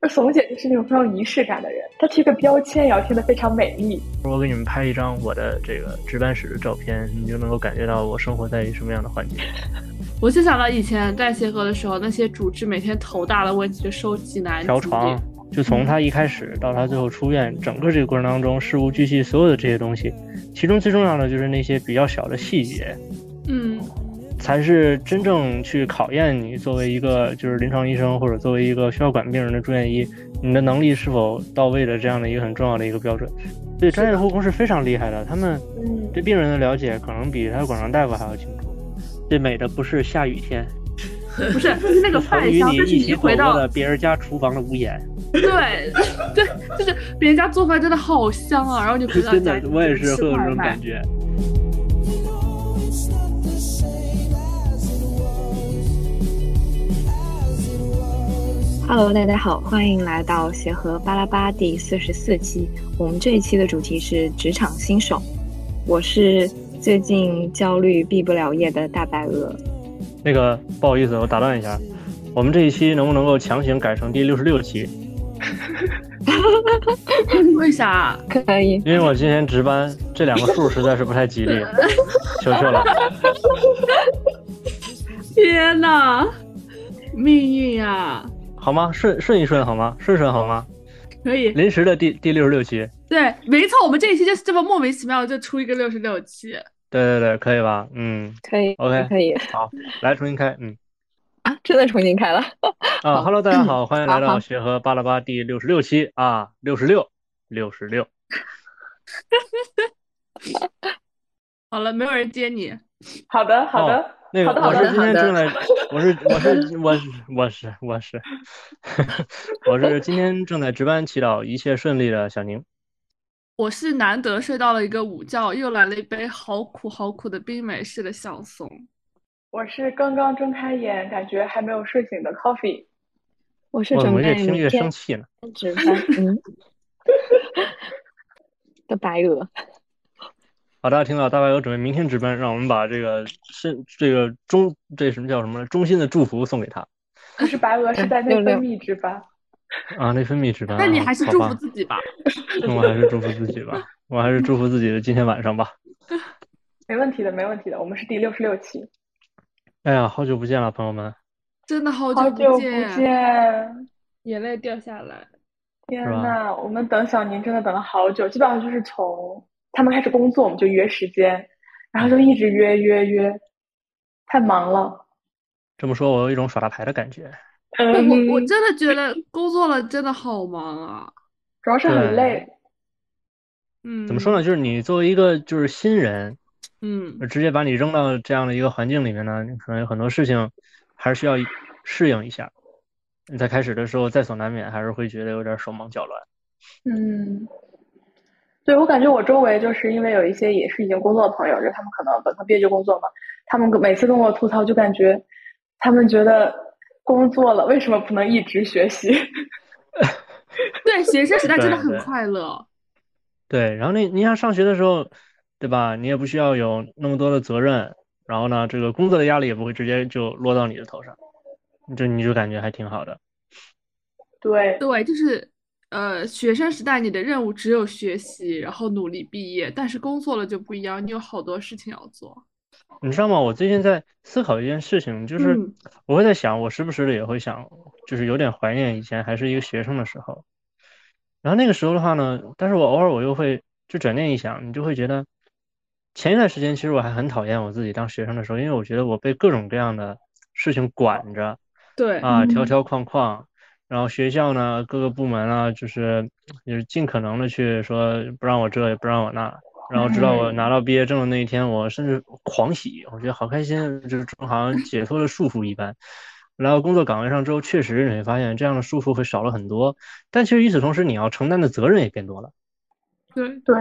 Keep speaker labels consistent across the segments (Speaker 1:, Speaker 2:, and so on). Speaker 1: 那怂姐就是那种非常有仪式感的人，她贴个标签也要贴的非常美丽。
Speaker 2: 我给你们拍一张我的这个值班室的照片，你就能够感觉到我生活在一什么样的环境。
Speaker 3: 我就想到以前在协和的时候，那些主治每天头大的问题就收济南
Speaker 2: 调床，就从他一开始到他最后出院，整个这个过程当中事无巨细，所有的这些东西，其中最重要的就是那些比较小的细节，
Speaker 3: 嗯，
Speaker 2: 才是真正去考验你作为一个就是临床医生或者作为一个需要管病人的住院医，你的能力是否到位的这样的一个很重要的一个标准。对专业的护工是非常厉害的，他们
Speaker 1: 嗯
Speaker 2: 对病人的了解可能比他的管床大夫还要清楚。最美的不是下雨天，
Speaker 3: 不是，就是那个
Speaker 2: 曾
Speaker 3: 饭
Speaker 2: 与
Speaker 3: 香，
Speaker 2: 你
Speaker 3: 就是
Speaker 2: 一起
Speaker 3: 你
Speaker 2: 走
Speaker 3: 回
Speaker 2: 过
Speaker 3: 到
Speaker 2: 的别人家厨房的屋檐。
Speaker 3: 对对，就是别人家做饭真的好香啊，然后你回 到
Speaker 2: 真
Speaker 3: 家，
Speaker 2: 的，我也是会有这种感
Speaker 3: 觉。
Speaker 2: 觉。
Speaker 4: Hello，大家好，欢迎来到协和巴拉巴第四十四期。我们这一期的主题是职场新手。我是最近焦虑毕不了业的大白鹅。
Speaker 2: 那个不好意思，我打断一下，我们这一期能不能够强行改成第六十六期？
Speaker 3: 为啥？
Speaker 4: 可以，
Speaker 2: 因为我今天值班，这两个数实在是不太吉 利，求求了。
Speaker 3: 天呐，命运呀、
Speaker 2: 好吗？顺顺一顺好吗？顺顺好吗？
Speaker 3: 可以，
Speaker 2: 临时的第第六十六期，
Speaker 3: 对，没错，我们这一期就是这么莫名其妙就出一个六十六期，
Speaker 2: 对对对，可以吧？嗯，
Speaker 4: 可以
Speaker 2: OK
Speaker 4: 可以
Speaker 2: 来重新开，嗯
Speaker 4: 啊！真的重新开了。
Speaker 2: 啊
Speaker 4: 好
Speaker 2: ，Hello，大家好，欢迎来
Speaker 4: 好
Speaker 2: 到
Speaker 4: 好
Speaker 2: 学和巴拉巴第六十六期啊，六十六，六十六，
Speaker 3: 好了，没有人接你，
Speaker 1: 好的，好的，
Speaker 2: 那
Speaker 1: 好
Speaker 2: 个
Speaker 1: 的，
Speaker 2: 我
Speaker 1: 好
Speaker 2: 是
Speaker 1: 的，
Speaker 2: 今天
Speaker 4: 好的
Speaker 2: 正来，我是我是我是我是我是我是今天正在值班，祈祷一切顺利的小宁。
Speaker 3: 我是难得睡到了一个午觉，又来了一杯好苦好苦的冰美式的小松。
Speaker 1: 我是刚刚睁开眼，感觉还没有睡醒的 Coffee。
Speaker 4: 我是
Speaker 2: 我怎
Speaker 4: 准
Speaker 2: 么越
Speaker 4: 备
Speaker 2: 听
Speaker 4: 明
Speaker 2: 越生
Speaker 4: 天
Speaker 2: 气呢？
Speaker 4: 值班，嗯， 的白鹅。
Speaker 2: 好，大家听到大白有准备明天值班，让我们把这个是这个衷这什么叫什么衷心的祝福送给他
Speaker 1: 不是白鹅，是在内
Speaker 4: 六六
Speaker 1: 分泌值班。
Speaker 2: 啊！内分泌值班啊，
Speaker 3: 但你还是祝
Speaker 2: 好
Speaker 3: 福
Speaker 2: 吧
Speaker 3: 自己吧，
Speaker 2: 我还是祝福自己吧，我还是祝福自己的今天晚上吧。
Speaker 1: 没问题的，没问题的。我们是第六十六期，
Speaker 2: 哎呀，好久不见了，朋友们，
Speaker 3: 真的好
Speaker 1: 好久
Speaker 3: 不
Speaker 1: 不见，
Speaker 3: 眼泪掉下来。
Speaker 1: 天
Speaker 2: 是吧
Speaker 1: 呐，我们等小宁真的等了好久，基本上就是从他们开始工作，我们就约时间，然后就一直约约约，太忙了。
Speaker 2: 这么说我有一种耍大牌的感觉。
Speaker 3: 我哎我我
Speaker 1: 嗯
Speaker 3: 真的觉得工作了真的好忙啊，
Speaker 1: 主要是很累，
Speaker 3: 嗯，
Speaker 2: 怎么说呢？？就是你作为一个就是新人，
Speaker 3: 嗯，
Speaker 2: 直接把你扔到这样的一个环境里面呢，你可能有很多事情还是需要适应一下。你在开始的时候在所难免，还是会觉得有点手忙脚乱。
Speaker 1: 嗯，对，我感觉我周围就是因为有一些也是已经工作的朋友，就他们可能本科毕业就工作嘛，他们每次跟我吐槽，就感觉他们觉得工作了为什么不能一直学习？
Speaker 3: 对，学生时代真的
Speaker 2: 对
Speaker 3: 很
Speaker 2: 对
Speaker 3: 快乐，
Speaker 2: 对，然后那你像上学的时候，对吧？你也不需要有那么多的责任，然后呢，这个工作的压力也不会直接就落到你的头上，这你就感觉还挺好的。
Speaker 1: 对，
Speaker 3: 对，就是呃，学生时代你的任务只有学习，然后努力毕业，但是工作了就不一样，你有好多事情要做。
Speaker 2: 你知道吗？我最近在思考一件事情，就是
Speaker 3: 嗯
Speaker 2: 我会在想，我时不时的也会想，就是有点怀念以前还是一个学生的时候。然后那个时候的话呢，但是我偶尔我又会就转念一想，你就会觉得，前一段时间其实我还很讨厌我自己当学生的时候，因为我觉得我被各种各样的事情管着。
Speaker 3: 对，
Speaker 2: 啊，条
Speaker 1: 嗯
Speaker 2: 条框框，然后学校呢，各个部门啊，就是就是尽可能的去说不让我这也不让我那，然后直到我拿到毕业证的那一天，我甚至狂喜，我觉得好开心，啊就是好像解脱了束缚一般。来到工作岗位上之后，确实你会发现这样的束缚会少了很多，但其实与此同时，你要承担的责任也变多了。
Speaker 3: 对
Speaker 1: 对，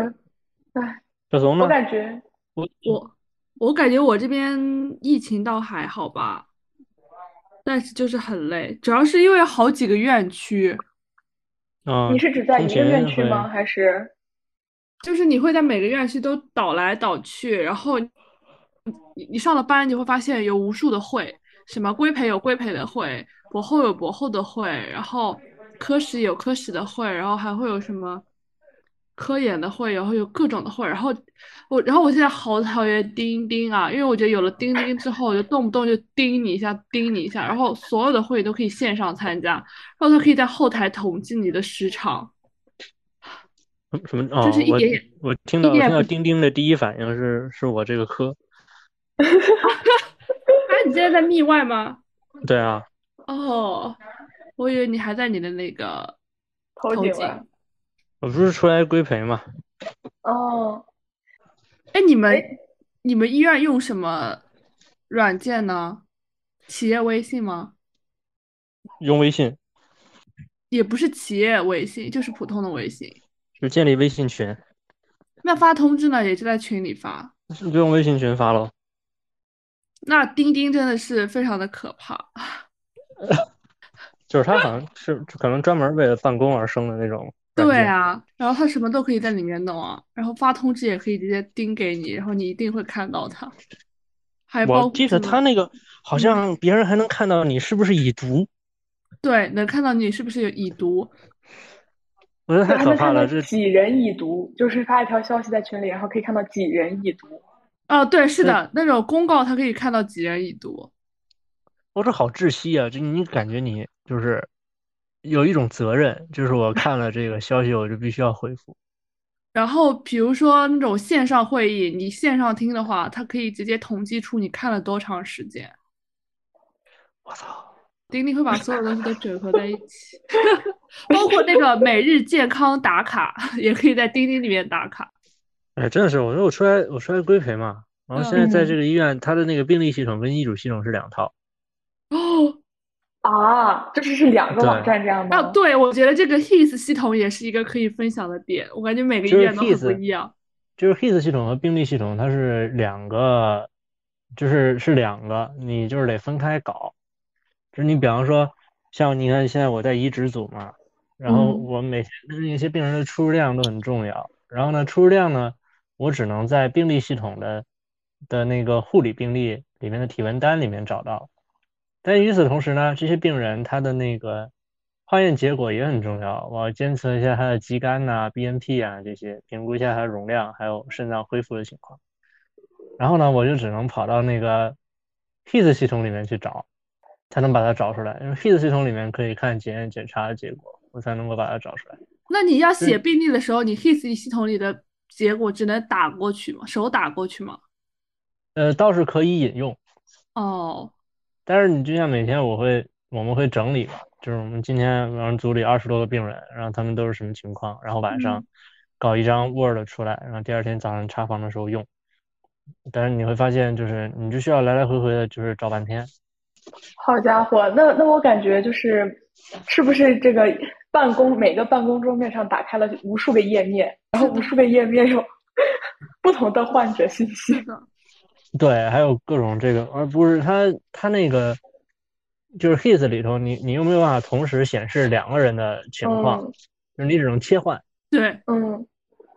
Speaker 2: 小怂
Speaker 1: 我
Speaker 2: 呢？
Speaker 1: 感觉。
Speaker 2: 我
Speaker 3: 我我感觉我这边疫情倒还好吧，但是就是很累，主要是因为好几个院区，
Speaker 2: 啊，
Speaker 1: 你是指在
Speaker 2: 通
Speaker 1: 一个院
Speaker 2: 勤
Speaker 1: 区吗？
Speaker 2: 会
Speaker 1: 还是
Speaker 3: 就是你会在每个院区都倒来倒去，然后你你你上了班，你会发现有无数的会，什么规培有规培的会，博后有博后的会，然后科室有科室的会，然后还会有什么科研的会，然后有各种的会，然后我，然后我现在好讨厌钉钉啊，因为我觉得有了钉钉之后，我就动不动就钉你一下，钉你一下，然后所有的会都可以线上参加，然后它可以在后台统计你的时长，
Speaker 2: 什么哦，
Speaker 3: 就是一点点
Speaker 2: 我我听到
Speaker 3: 一
Speaker 2: 我
Speaker 3: 点
Speaker 2: 听
Speaker 3: 不
Speaker 2: 到钉钉的第一反应是是我这个科，
Speaker 3: 哎，你现在在密外吗？
Speaker 2: 对啊，
Speaker 3: 哦，我以为你还在你的那个
Speaker 1: 头
Speaker 3: 头
Speaker 1: 颈
Speaker 3: 颈
Speaker 1: 吧。
Speaker 2: 我不是出来规培嘛，
Speaker 1: 哦，
Speaker 3: 哎，你们
Speaker 1: 哎
Speaker 3: 你们医院用什么软件呢？企业微信吗？
Speaker 2: 用微信
Speaker 3: 也不是企业微信，就是普通的微信。
Speaker 2: 就建立微信群，
Speaker 3: 那发通知呢，也就在群里发。
Speaker 2: 就用微信群发喽。
Speaker 3: 那钉钉真的是非常的可怕。
Speaker 2: 就是他好像是可能专门为了办公而生的那 种软
Speaker 3: 对
Speaker 2: 件，
Speaker 3: 啊，然后它什么都可以在里面弄啊，然后发通知也可以直接钉给你，然后你一定会看到它。还包嗯
Speaker 2: 我
Speaker 3: 括
Speaker 2: 记得
Speaker 3: 什么
Speaker 2: 他那个好像别人还能看到你是不是已读，
Speaker 3: 对，能看到你是不是有已读。
Speaker 2: 我觉
Speaker 1: 对，
Speaker 2: 得太
Speaker 1: 他
Speaker 2: 可
Speaker 1: 们
Speaker 2: 怕
Speaker 1: 看
Speaker 2: 了。
Speaker 1: 到
Speaker 2: 这
Speaker 1: 几人已读，就是发一条消息在群里，然后可以看到几人已读。
Speaker 3: 哦，对，是
Speaker 2: 对
Speaker 3: 的，那种公告它可以看到几人已读。
Speaker 2: 我这好窒息啊！就你感觉你就是有一种责任，就是我看了这个消息，我就必须要回复。
Speaker 3: 然后，比如说那种线上会议，你线上听的话，它可以直接统计出你看了多长时间。
Speaker 2: 我操！
Speaker 3: 钉钉会把所有东西都整合在一起， 包括那个每日健康打卡， 也可以在钉钉里面打卡。
Speaker 2: 哎，真的是，我说我出来我出来规培嘛，然
Speaker 3: 嗯
Speaker 2: 后现在在这个医院，他的那个病历系统跟医嘱系统是两套。
Speaker 3: 哦，
Speaker 1: 啊，就是是两个
Speaker 2: 对
Speaker 1: 网站这样吗？
Speaker 3: 啊，对，我觉得这个 HIS 系统也是一个可以分享的点，我感觉每个医
Speaker 2: 就是
Speaker 3: 院都很不
Speaker 2: HIS
Speaker 3: 一样。
Speaker 2: 就是 HIS 系统和病历系统，它是两个，就是是两个，你就是得分开搞。就是你比方说，像你看现在我在移植组嘛，然后
Speaker 1: 嗯
Speaker 2: 我每天那些病人的出入量都很重要，然后呢，出入量呢，我只能在病历系统的的那个护理病历里面的体温单里面找到。但与此同时呢，这些病人他的那个化验结果也很重要，我要监测一下他的肌酐呐、BNP 啊这些，评估一下他的容量，还有肾脏恢复的情况。然后呢，我就只能跑到那个 HIS 系统里面去找，才能把它找出来。因为 HIS 系统里面可以看检验检查的结果，我才能够把它找出来。
Speaker 3: 那你要写病历的时候，你 HIS 系统里的结果只能打过去吗？手打过去吗？
Speaker 2: 呃，倒是可以引用，
Speaker 3: 哦，
Speaker 2: 但是你就像每天我会我们会整理嘛，就是我们今天晚上组里二十多个病人，然后他们都是什么情况，然后晚上
Speaker 3: 嗯
Speaker 2: 搞一张 Word 出来，然后第二天早上查房的时候用。但是你会发现，就是你就需要来来回回的，就是找半天。
Speaker 1: 好家伙，那那我感觉就是，是不是这个办公每个办公桌面上打开了无数个页面，然后无数个页面有 不同的患者信息
Speaker 3: 是？的，
Speaker 2: 对，还有各种这个，而不是它它那个就是 HIS 里头，你你又没有办法同时显示两个人的情况，
Speaker 1: 嗯
Speaker 2: 就是你只能切换，
Speaker 3: 对。
Speaker 1: 嗯，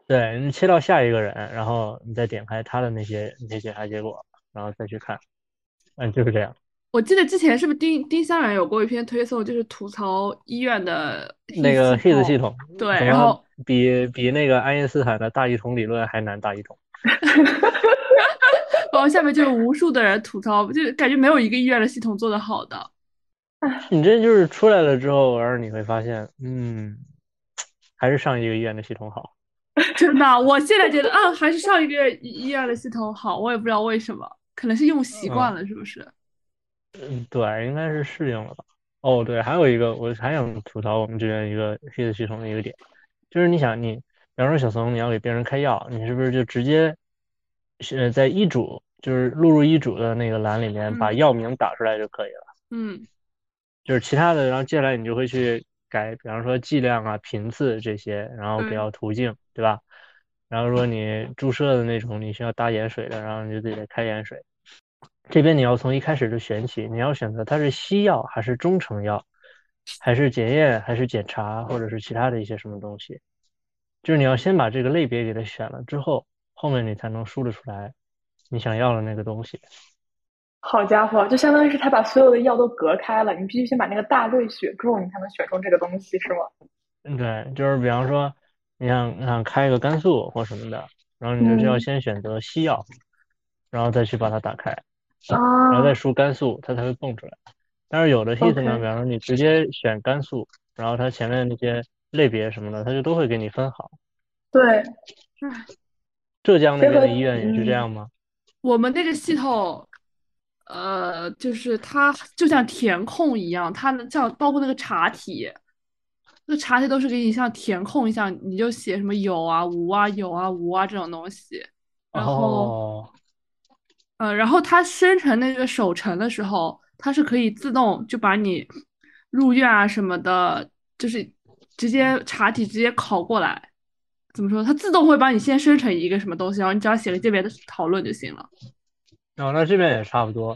Speaker 2: 对，你切到下一个人，然后你再点开他的那些那些检查结果，然后再去看，嗯，就是这样。
Speaker 3: 我记得之前是不是丁丁香园有过一篇推送，就是吐槽医院的
Speaker 2: 那个
Speaker 3: HIS
Speaker 2: HIS 系
Speaker 3: 统。
Speaker 2: 统
Speaker 3: 对
Speaker 2: 怎
Speaker 3: 然
Speaker 2: 么
Speaker 3: 后
Speaker 2: 比比那个爱因斯坦的大一统理论还难大一统？
Speaker 3: 然后下面就有无数的人吐槽，就感觉没有一个医院的系统做得好的。
Speaker 2: 你这就是出来了之后，然后你会发现，嗯，还是上一个医院的系统好。
Speaker 3: 真的，我现在觉得，嗯，还是上一个医院的系统好，我也不知道为什么，可能是用习惯了，是不是？
Speaker 2: 嗯，对，应该是适应了吧。哦，对，还有一个，我还想吐槽我们这边一个 HIS 系统的一个点，就是你想你，比方说小松，你要给病人开药，你是不是就直接是在医嘱，就是录入医嘱的那个栏里面把
Speaker 3: 嗯
Speaker 2: 药名打出来就可以了？
Speaker 3: 嗯，
Speaker 2: 就是其他的，然后接下来你就会去改，比方说剂量啊、频次这些，然后给
Speaker 3: 对
Speaker 2: 药途径，对吧？然后如果你注射的那种，你需要搭盐水的，然后你就自己再开盐水。这边你要从一开始就选起，你要选择它是西药还是中成药，还是检验，还是检查，或者是其他的一些什么东西。就是你要先把这个类别给它选了之后，后面你才能梳理出来你想要的那个东西。
Speaker 1: 好家伙，就相当于是他把所有的药都隔开了，你必须先把那个大类选中，你才能选中这个东西，是吗？
Speaker 2: 嗯，对，就是比方说，你想你想开个肝素或什么的，然后你就是要
Speaker 1: 嗯
Speaker 2: 先选择西药，然后再去把它打开，然后
Speaker 1: 啊
Speaker 2: 再，输肝素，它才会蹦出来。但是有的 hit 呢，
Speaker 1: OK
Speaker 2: 比方说你直接选肝素，然后它前面那些类别什么的，它就都会给你分好。
Speaker 1: 对，
Speaker 2: 浙江那
Speaker 1: 结
Speaker 2: 边
Speaker 1: 合
Speaker 2: 的医院也是
Speaker 1: 嗯
Speaker 2: 这样吗？
Speaker 3: 我们那个系统，呃，就是它就像填空一样，它的像包括那个查题，那查题都是给你像填空一样，你就写什么有啊、无啊、有啊、无啊这种东西。然后，
Speaker 2: 哦，
Speaker 3: 呃，然后它生成那个首成的时候，它是可以自动就把你入院啊什么的，就是直接查题直接考过来。怎么说？它自动会帮你先生成一个什么东西，然后你只要写个鉴别的讨论就行了。
Speaker 2: 然后那这边也差不多，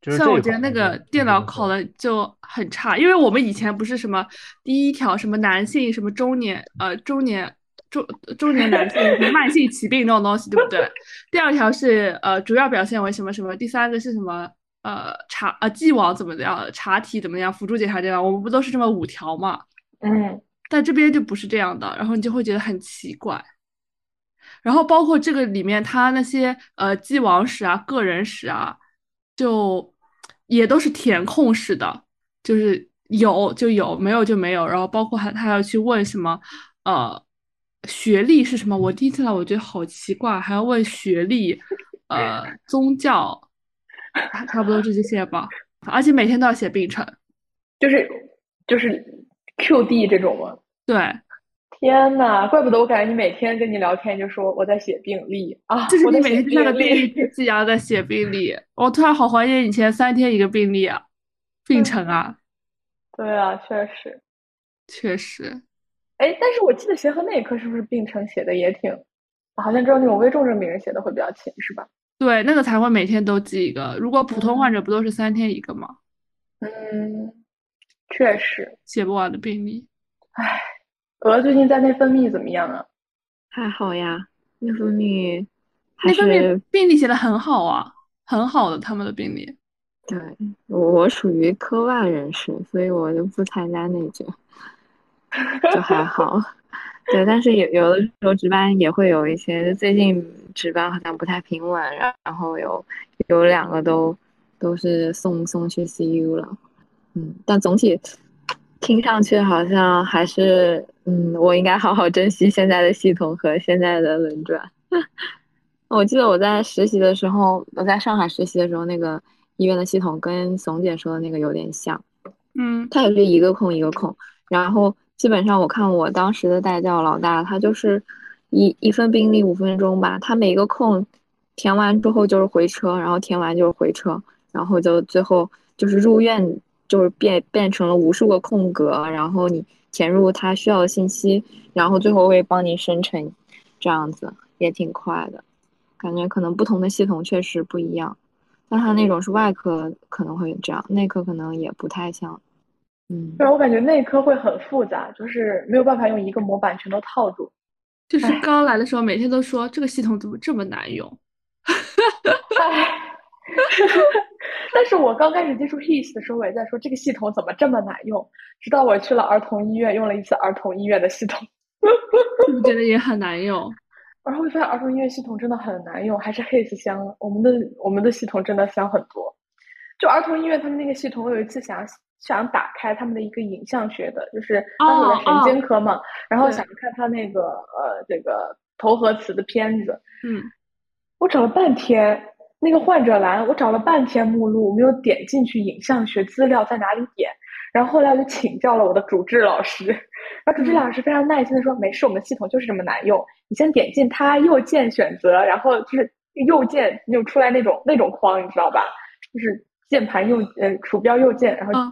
Speaker 2: 就是
Speaker 3: 像
Speaker 2: 这
Speaker 3: 我
Speaker 2: 一
Speaker 3: 觉得
Speaker 2: 块
Speaker 3: 那
Speaker 2: 还
Speaker 3: 个
Speaker 2: 是
Speaker 3: 电
Speaker 2: 还是
Speaker 3: 脑
Speaker 2: 不
Speaker 3: 考
Speaker 2: 错
Speaker 3: 的就很差，因为我们以前不是什么第一条什么男性什么中年呃中年中中年男性什么慢性疾病这种东西，对不对？第二条是呃主要表现为什么什么，第三个是什么呃查呃既往怎么样，查题怎么样，辅助检查这样，我们不都是这么五条嘛？
Speaker 1: 嗯，
Speaker 3: 但这边就不是这样的，然后你就会觉得很奇怪。然后包括这个里面，它那些呃既往史啊、个人史啊，就也都是填空式的，就是有就有，没有就没有。然后包括还他要去问什么，呃，学历是什么？我第一次来，我觉得好奇怪，还要问学历，呃，宗教，差差不多这些吧。而且每天都要写病程，
Speaker 1: 就是就是 QD 这种吗？
Speaker 3: 对，
Speaker 1: 天呐，怪不得我感觉你每天跟你聊天就说我在写病历啊，
Speaker 3: 就是
Speaker 1: 我
Speaker 3: 你
Speaker 1: 在
Speaker 3: 每
Speaker 1: 写
Speaker 3: 天就像个
Speaker 1: 病
Speaker 3: 病
Speaker 1: 历
Speaker 3: 例笔记一样在写病历。我突然好怀念以前三天一个病例啊，病程啊，
Speaker 1: 对啊，确实。
Speaker 3: 确实。
Speaker 1: 哎，但是我记得协和那一科是不是病程写的也挺，我好像知道那种危重症病人写的会比较勤，是吧？
Speaker 3: 对，那个才会每天都记一个。如果普通患者不都是三天一个吗？
Speaker 1: 嗯，确实。
Speaker 3: 写不完的病例。
Speaker 1: 鹅最近在内分泌怎么样啊？
Speaker 4: 还好呀，内分泌还
Speaker 3: 那分泌
Speaker 4: 是
Speaker 3: 病例写的很好啊，很好的他们的病例。
Speaker 4: 对我我属于科外人士，所以我就不参加内卷，就还好。 对，但是有有的时候值班也会有一些，就最近值班好像不太平稳，然然后有有两个都都是送送去 CU 了，嗯，但总体听上去好像还是，嗯，我应该好好珍惜现在的系统和现在的轮转。我记得我在实习的时候，我在上海实习的时候，那个医院的系统跟怂姐说的那个有点像，
Speaker 3: 嗯，
Speaker 4: 它也是一个空一个空，然后基本上我看我当时的带教老大，他就是一一份病例五分钟吧，他每一个空填完之后就是回车，然后填完就是回车，然后就最后就是入院就是变变成了无数个空格，然后你填入他需要的信息，然后最后会帮你生成，这样子也挺快的，感觉可能不同的系统确实不一样。但他那种是外科可能会这样，内科可能也不太像。嗯，
Speaker 1: 但我感觉内科会很复杂，就是没有办法用一个模板全都套住。
Speaker 3: 就是
Speaker 1: 唉
Speaker 3: 刚来的时候，每天都说这个系统怎么这么难用。
Speaker 1: 唉，但是我刚开始接触 HIS 的时候，我也在说这个系统怎么这么难用，直到我去了儿童医院，用了一次儿童医院的系统，
Speaker 3: 是不是觉得也很难用？
Speaker 1: 然后会发现儿童医院系统真的很难用，还是 HIS 香啊。我们的我们的系统真的香很多。就儿童医院他们那个系统，我有一次想想打开他们的一个影像学的，就是当时我在
Speaker 3: 哦
Speaker 1: 神经科嘛，然后
Speaker 3: 对
Speaker 1: 想看他那个呃这个投核磁的片子，
Speaker 3: 嗯，
Speaker 1: 我找了半天，那个患者栏我找了半天目录，没有点进去影像学资料在哪里点。然后后来我就请教了我的主治老师，然后主治老师非常耐心的说：“没事，我们的系统就是这么难用，你先点进它右键选择，然后就是右键就出来那种那种框，你知道吧？就是键盘右呃鼠标右键，然后
Speaker 3: 啊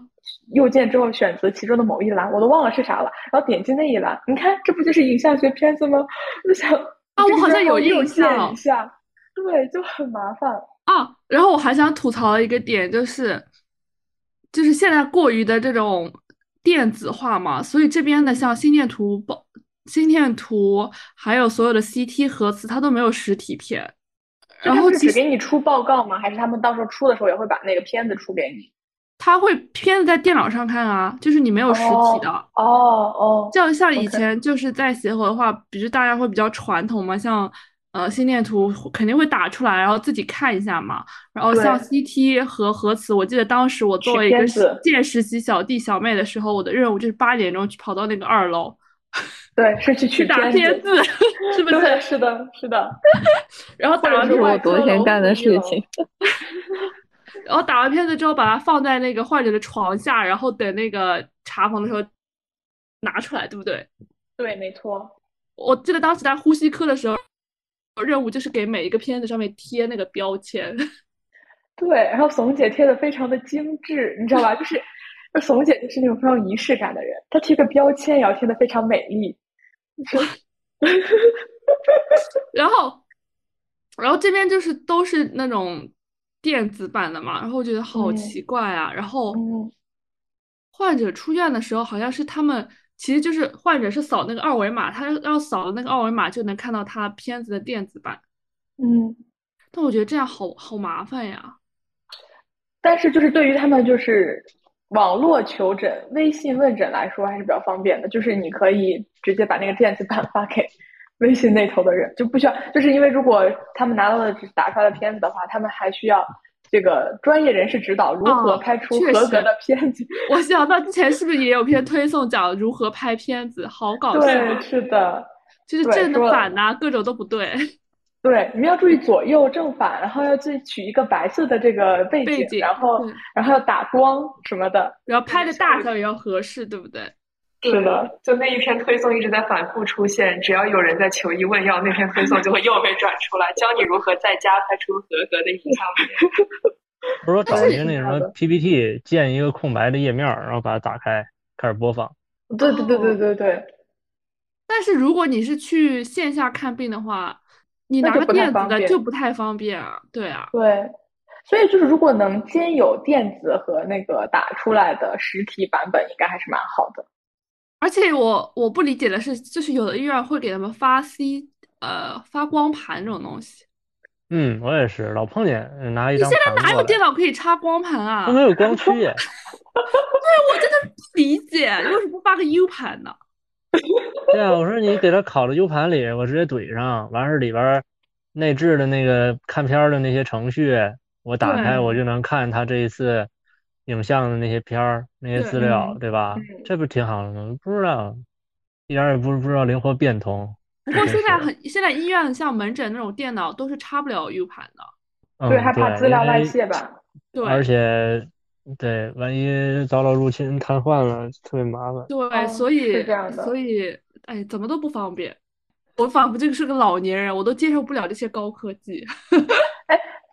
Speaker 1: 右键之后选择其中的某一栏，我都忘了是啥了，然后点进那一栏，你看这不就是影像学片子吗？我就想啊
Speaker 3: 我好像有哦印象
Speaker 1: 一下，对，就很麻烦。
Speaker 3: 啊，然后我还想吐槽一个点，就是，就是现在过于的这种电子化嘛，所以这边的像心电图、包心电图，还有所有的 CT 核磁，它都没有实体片，然后
Speaker 1: 就他
Speaker 3: 其
Speaker 1: 是只
Speaker 3: 实
Speaker 1: 给你出报告吗？还是他们到时候出的时候也会把那个片子出给你？
Speaker 3: 他会片子在电脑上看啊，就是你没有实体的。
Speaker 1: 哦哦，
Speaker 3: 像像以
Speaker 1: OK
Speaker 3: 前就是在协和的话，比如大家会比较传统嘛，像呃心电图肯定会打出来，然后自己看一下嘛。然后像
Speaker 1: 对
Speaker 3: CT 和核磁，我记得当时我作
Speaker 1: 取
Speaker 3: 为一个
Speaker 1: 片子
Speaker 3: 见实习小弟小妹的时候，我的任务就是八点钟去跑到那个二楼
Speaker 1: 对，是去
Speaker 3: 去
Speaker 1: 取
Speaker 3: 打
Speaker 1: 片
Speaker 3: 片
Speaker 1: 子，
Speaker 3: 子， 是不
Speaker 1: 对，
Speaker 3: 是？
Speaker 1: 是的，是的。
Speaker 3: 然后
Speaker 1: 或
Speaker 3: 打
Speaker 1: 者
Speaker 3: 完
Speaker 1: 是
Speaker 3: 片
Speaker 4: 是
Speaker 3: 子
Speaker 1: 外
Speaker 4: 我
Speaker 1: 科
Speaker 4: 昨天
Speaker 1: 楼
Speaker 4: 干的
Speaker 1: 附近
Speaker 4: 事
Speaker 1: 了
Speaker 4: 情。
Speaker 3: 然后打完片子之后，把它放在那个患者的床下，然后等那个查房的时候拿出来，对不对？
Speaker 1: 对，没错。
Speaker 3: 我记得当时在呼吸科的时候，任务就是给每一个片子上面贴那个标签。
Speaker 1: 对，然后怂姐贴的非常的精致，你知道吧？就是，就怂姐就是那种非常有仪式感的人，她贴个标签也要贴的非常美丽。
Speaker 3: 然后，然后这边就是都是那种电子版的嘛，然后我觉得好
Speaker 1: 嗯
Speaker 3: 奇怪啊。然后
Speaker 1: 嗯，
Speaker 3: 患者出院的时候，好像是他们其实就是患者是扫那个二维码，他要扫了那个二维码就能看到他片子的电子版。
Speaker 1: 嗯，
Speaker 3: 但我觉得这样好好麻烦呀。
Speaker 1: 但是就是对于他们就是网络求诊、微信问诊来说还是比较方便的，就是你可以直接把那个电子版发给 微信那头的人，就不需要，就是因为如果他们拿到的只打出来的片子的话，他们还需要这个专业人士指导如何
Speaker 3: 哦
Speaker 1: 拍出
Speaker 3: 确
Speaker 1: 合
Speaker 3: 实
Speaker 1: 格的片子。
Speaker 3: 我想到之前是不是也有篇推送讲如何拍片子，好搞笑，啊
Speaker 1: 对，是的。
Speaker 3: 就是
Speaker 1: 对
Speaker 3: 正的
Speaker 1: 说
Speaker 3: 反呐、各种都不对。
Speaker 1: 对，你们要注意左右正反，然后要自己取一个白色的这个背
Speaker 3: 背
Speaker 1: 景，
Speaker 3: 景嗯
Speaker 1: 然后
Speaker 3: 对
Speaker 1: 然后要打光什么的。
Speaker 3: 然后拍的大小也要合适，对不对？
Speaker 5: 对
Speaker 1: 是的，
Speaker 5: 就那一篇推送一直在反复出现，只要有人在求医问药，那篇推送就会又被转出来，教你如何在家拍出合格的影像片。
Speaker 2: 不是我找一个那什
Speaker 1: 好
Speaker 2: 么
Speaker 1: 的
Speaker 2: PPT，建一个空白的页面儿，然后把它打开，开始播放。
Speaker 1: 对对对对对对，
Speaker 3: 但是如果你是去线下看病的话，你
Speaker 1: 那
Speaker 3: 拿
Speaker 1: 就
Speaker 3: 个
Speaker 1: 不太
Speaker 3: 电子
Speaker 1: 方
Speaker 3: 的
Speaker 1: 便
Speaker 3: 就不太方便啊。对啊，
Speaker 1: 对，所以就是如果能兼有电子和那个打出来的实体版本，应该还是蛮好的。
Speaker 3: 而且我我不理解的是，就是有的医院会给他们发 C 呃发光盘这种东西，
Speaker 2: 嗯，我也是，老碰见拿一张
Speaker 3: 现在
Speaker 2: 盘
Speaker 3: 哪
Speaker 2: 过
Speaker 3: 有
Speaker 2: 来
Speaker 3: 电脑可以插光盘
Speaker 1: 嗯
Speaker 3: 啊？
Speaker 2: 都没有光驱耶。
Speaker 3: 我真的不理解，为什么不发个 U 盘呢？
Speaker 2: 对啊，我说你给它拷到 U 盘里，我直接怼上，完事儿里边儿内置的那个看片儿的那些程序，我打
Speaker 3: 对
Speaker 2: 开我就能看它这一次影像的那些片儿、那些
Speaker 3: 对
Speaker 2: 资料，
Speaker 1: 嗯
Speaker 2: 对吧？这不挺好的吗？不知道，一点儿也不不知道灵活变通。
Speaker 3: 不过
Speaker 2: 真
Speaker 3: 现在
Speaker 2: 是
Speaker 3: 很现在医院像门诊那种电脑都是插不了 U 盘的。
Speaker 2: 嗯，
Speaker 1: 对，害怕
Speaker 2: 对，
Speaker 1: 资料
Speaker 2: 因
Speaker 1: 外
Speaker 2: 为
Speaker 1: 泄吧？
Speaker 3: 对
Speaker 1: 哦
Speaker 2: 而且，对，万一遭到入侵瘫痪了，特别麻烦。
Speaker 3: 对，
Speaker 1: 嗯
Speaker 3: 所
Speaker 1: 是
Speaker 3: 以
Speaker 1: 这样的
Speaker 3: 所以哎，怎么都不方便。我仿佛这个是个老年人，我都接受不了这些高科技。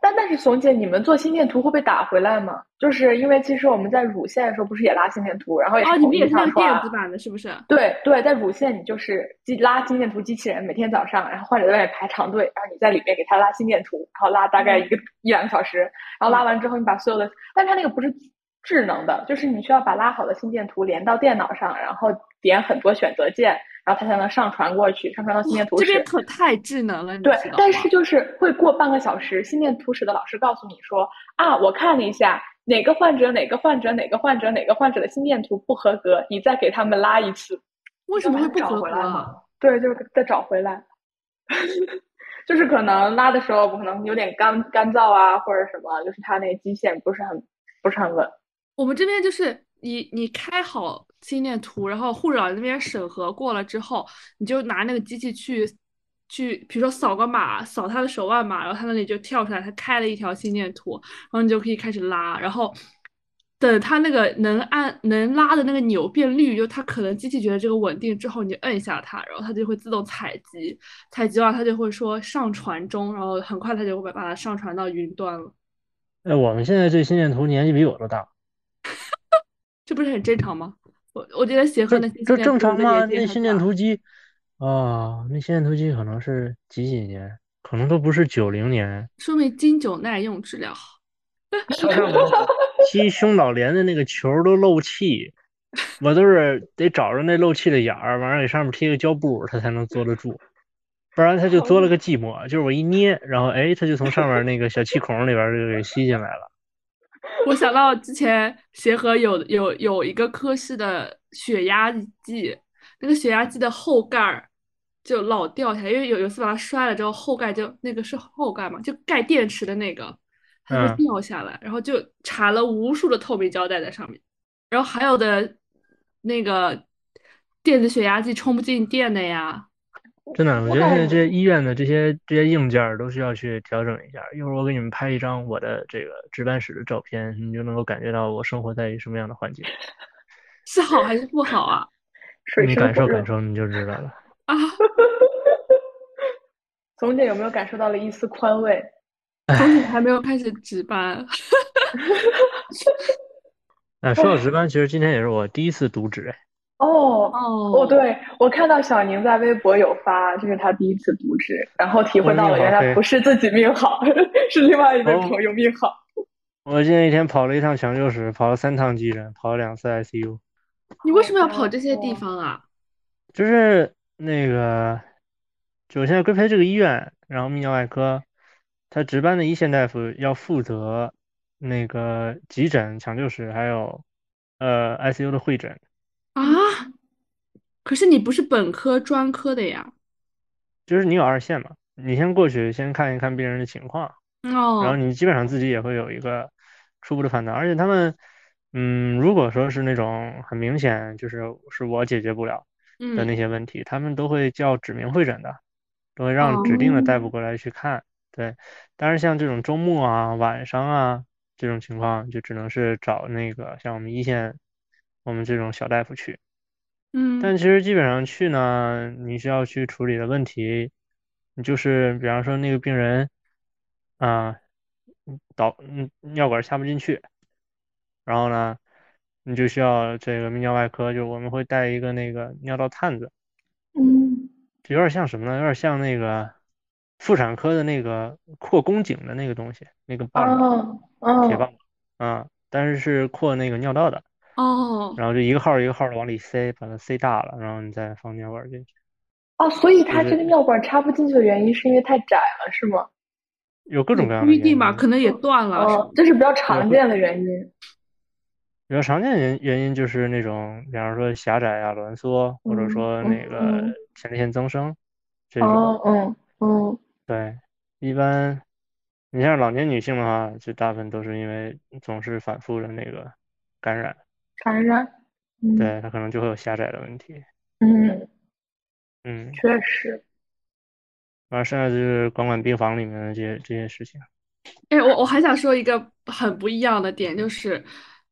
Speaker 1: 但但是，怂姐，你们做心电图会不会打回来吗？就是因为其实我们在乳腺的时候不是也拉心电图，然后也
Speaker 3: 啊，
Speaker 1: 是
Speaker 3: 你
Speaker 1: 统
Speaker 3: 们
Speaker 1: 一
Speaker 3: 也是那
Speaker 1: 上
Speaker 3: 个电
Speaker 1: 传
Speaker 3: 子版的，是不是？
Speaker 1: 对对，在乳腺你就是机拉心电图机器人，每天早上，然后患者在外面排长队，然后你在里面给他拉心电图，然后拉大
Speaker 3: 嗯
Speaker 1: 概一个、一两个小时，然后拉完之后你把所有的，但是它那个不是智能的，就是你需要把拉好的心电图连到电脑上，然后点很多选择键，然后它才能上传过去，上传到心电图
Speaker 3: 这边
Speaker 1: 室。
Speaker 3: 可太智能了，你
Speaker 1: 对
Speaker 3: 知，道
Speaker 1: 但
Speaker 3: 吗
Speaker 1: 是就是会过半个小时，心电图室的老师告诉你说啊，我看了一下哪个患者、哪个患者、哪个患者、哪个患者的心电图不合格，你再给他们拉一次。
Speaker 3: 为什么会不合格
Speaker 5: 找回来
Speaker 3: 啊
Speaker 5: 吗？
Speaker 1: 对，就是再找回来， 就是可能拉的时候可能有点干干燥啊，或者什么，就是它那个基线不是很不是很稳。
Speaker 3: 我们这边就是你你开好心电图，然后护士长那边审核过了之后，你就拿那个机器去去，比如说扫个码，扫他的手腕码，然后他那里就跳出来，他开了一条心电图，然后你就可以开始拉，然后等他那个能按能拉的那个钮变绿，就他可能机器觉得这个稳定之后，你就摁一下它，然后它就会自动采集，采集完它就会说上传中，然后很快它就会把它上传到云端了，
Speaker 2: 哎，我们现在这心电图年纪比我都大，
Speaker 3: 这不是很正常吗？我我觉得协和
Speaker 2: 这
Speaker 3: 那些心
Speaker 2: 这
Speaker 3: 电
Speaker 2: 正
Speaker 3: 图
Speaker 2: 常
Speaker 3: 的
Speaker 2: 吗？
Speaker 3: 眼界
Speaker 2: 那
Speaker 3: 很
Speaker 2: 心电
Speaker 3: 大
Speaker 2: 图机，哦，那心电图机可能是几几年，可能都不是九零年。
Speaker 3: 说明经久耐用，质量好。
Speaker 2: 你看我踢胸导联的那个球儿都漏气，我都是得找着那漏气的眼儿，完了给上面贴个胶布，它才能坐得住。不然它就多了个寂寞，就是我一捏，然后哎，它就从上面那个小气孔里边就给吸进来了。
Speaker 3: 我想到之前协和有有有一个科室的血压计，那个血压计的后盖儿就老掉下来，因为有有一次把它摔了之后，后盖就那个是后盖嘛，就盖电池的那个，它
Speaker 2: 嗯
Speaker 3: 就掉下来，然后就缠了无数的透明胶带在上面，然后还有的那个电子血压计充不进电的呀，
Speaker 2: 真的，我觉得
Speaker 1: 感
Speaker 2: 现在这
Speaker 1: 觉
Speaker 2: 些医院的这些这些硬件儿都是要去调整一下。一会儿我给你们拍一张我的这个值班室的照片，你就能够感觉到我生活在一什么样的环境。
Speaker 3: 是好还是不好啊？
Speaker 1: 水
Speaker 2: 你
Speaker 1: 深
Speaker 2: 感
Speaker 1: 火
Speaker 2: 受
Speaker 1: 热
Speaker 2: 感。受你就知道了。
Speaker 3: 啊，
Speaker 1: 总姐有没有感受到了一丝宽慰？
Speaker 3: 总体还没有开始 值班。
Speaker 2: 那哎说到值班，其实今天也是我第一次渎职，哎，
Speaker 1: 哦
Speaker 3: 哦
Speaker 1: 哦，，对，我看到小宁在微博有发，这是他第一次渎职，然后体会到了
Speaker 2: 命好
Speaker 1: 原来
Speaker 2: 对
Speaker 1: 不是自己命好， 是另外一位
Speaker 2: 哦
Speaker 1: 朋友命好。
Speaker 2: 我今天一天跑了一趟抢救室，跑了三趟急诊，跑了两次 ICU，
Speaker 3: 你为什么要跑
Speaker 1: 好
Speaker 3: 这些地
Speaker 1: 的
Speaker 3: 方啊？
Speaker 2: 就是那个，就我现在规培这个医院，然后泌尿外科，他值班的一线大夫要负责那个急诊、抢救室，还有呃 ICU 的会诊。
Speaker 3: 啊？
Speaker 2: 嗯
Speaker 3: 可是你不是本科专科的呀？
Speaker 2: 就是你有二线嘛，你先过去先看一看病人的情况，然后
Speaker 3: 哦，
Speaker 2: 你基本上自己也会有一个初步的判断，而且他们，嗯，如果说是那种很明显就是是我解决不了的那
Speaker 3: 嗯，
Speaker 2: 些问题，他们都会叫指名会诊的，都会让指定的大
Speaker 3: 哦
Speaker 2: 夫过来去看。对，当然像这种周末啊、晚上啊这种情况，就只能是找那个像我们一线，我们这种小大夫去。
Speaker 3: 嗯，
Speaker 2: 但其实基本上去呢，你需要去处理的问题，你就是比方说那个病人啊，嗯导嗯尿管下不进去，然后呢，你就需要这个泌尿外科，就我们会带一个那个尿道探子，
Speaker 1: 嗯，
Speaker 2: 就有点像什么呢？有点像那个妇产科的那个扩宫颈的那个东西，那个棒子，
Speaker 1: 哦哦，
Speaker 2: 铁棒，啊，但是是扩那个尿道的，
Speaker 3: 哦，
Speaker 2: 然后就一个号儿一个号的往里塞，把它塞大了，然后你再放尿管进去。
Speaker 1: 哦，所以他
Speaker 2: 就
Speaker 1: 这个
Speaker 2: 是
Speaker 1: 尿管插不进去的原因是因为太窄了，是吗？
Speaker 2: 有各种
Speaker 3: 也
Speaker 2: 各样
Speaker 3: 嗯不
Speaker 2: 的
Speaker 3: 一
Speaker 2: 原
Speaker 3: 定吧，
Speaker 2: 因
Speaker 3: 可能也断
Speaker 2: 啊
Speaker 3: 了什
Speaker 1: 哦
Speaker 3: 么，
Speaker 1: 这是比较常见的原因。
Speaker 2: 比较常见的原原因就是那种，比方说狭窄啊、挛缩，或者
Speaker 1: 嗯
Speaker 3: 哦
Speaker 2: 说那
Speaker 1: 嗯
Speaker 2: 个
Speaker 1: 嗯
Speaker 2: 前列腺增生这种。
Speaker 1: 哦，嗯嗯，
Speaker 2: 对，一般你像老年女性的话，就大部分都是因为总是反复的那个感染，
Speaker 1: 感染。嗯，
Speaker 2: 对，她可能就会有狭窄的问题。
Speaker 1: 嗯，
Speaker 2: 嗯，
Speaker 1: 确实。
Speaker 2: 完剩下就是管管病房里面的这些这些事情。
Speaker 3: 哎，我我还想说一个很不一样的点，就是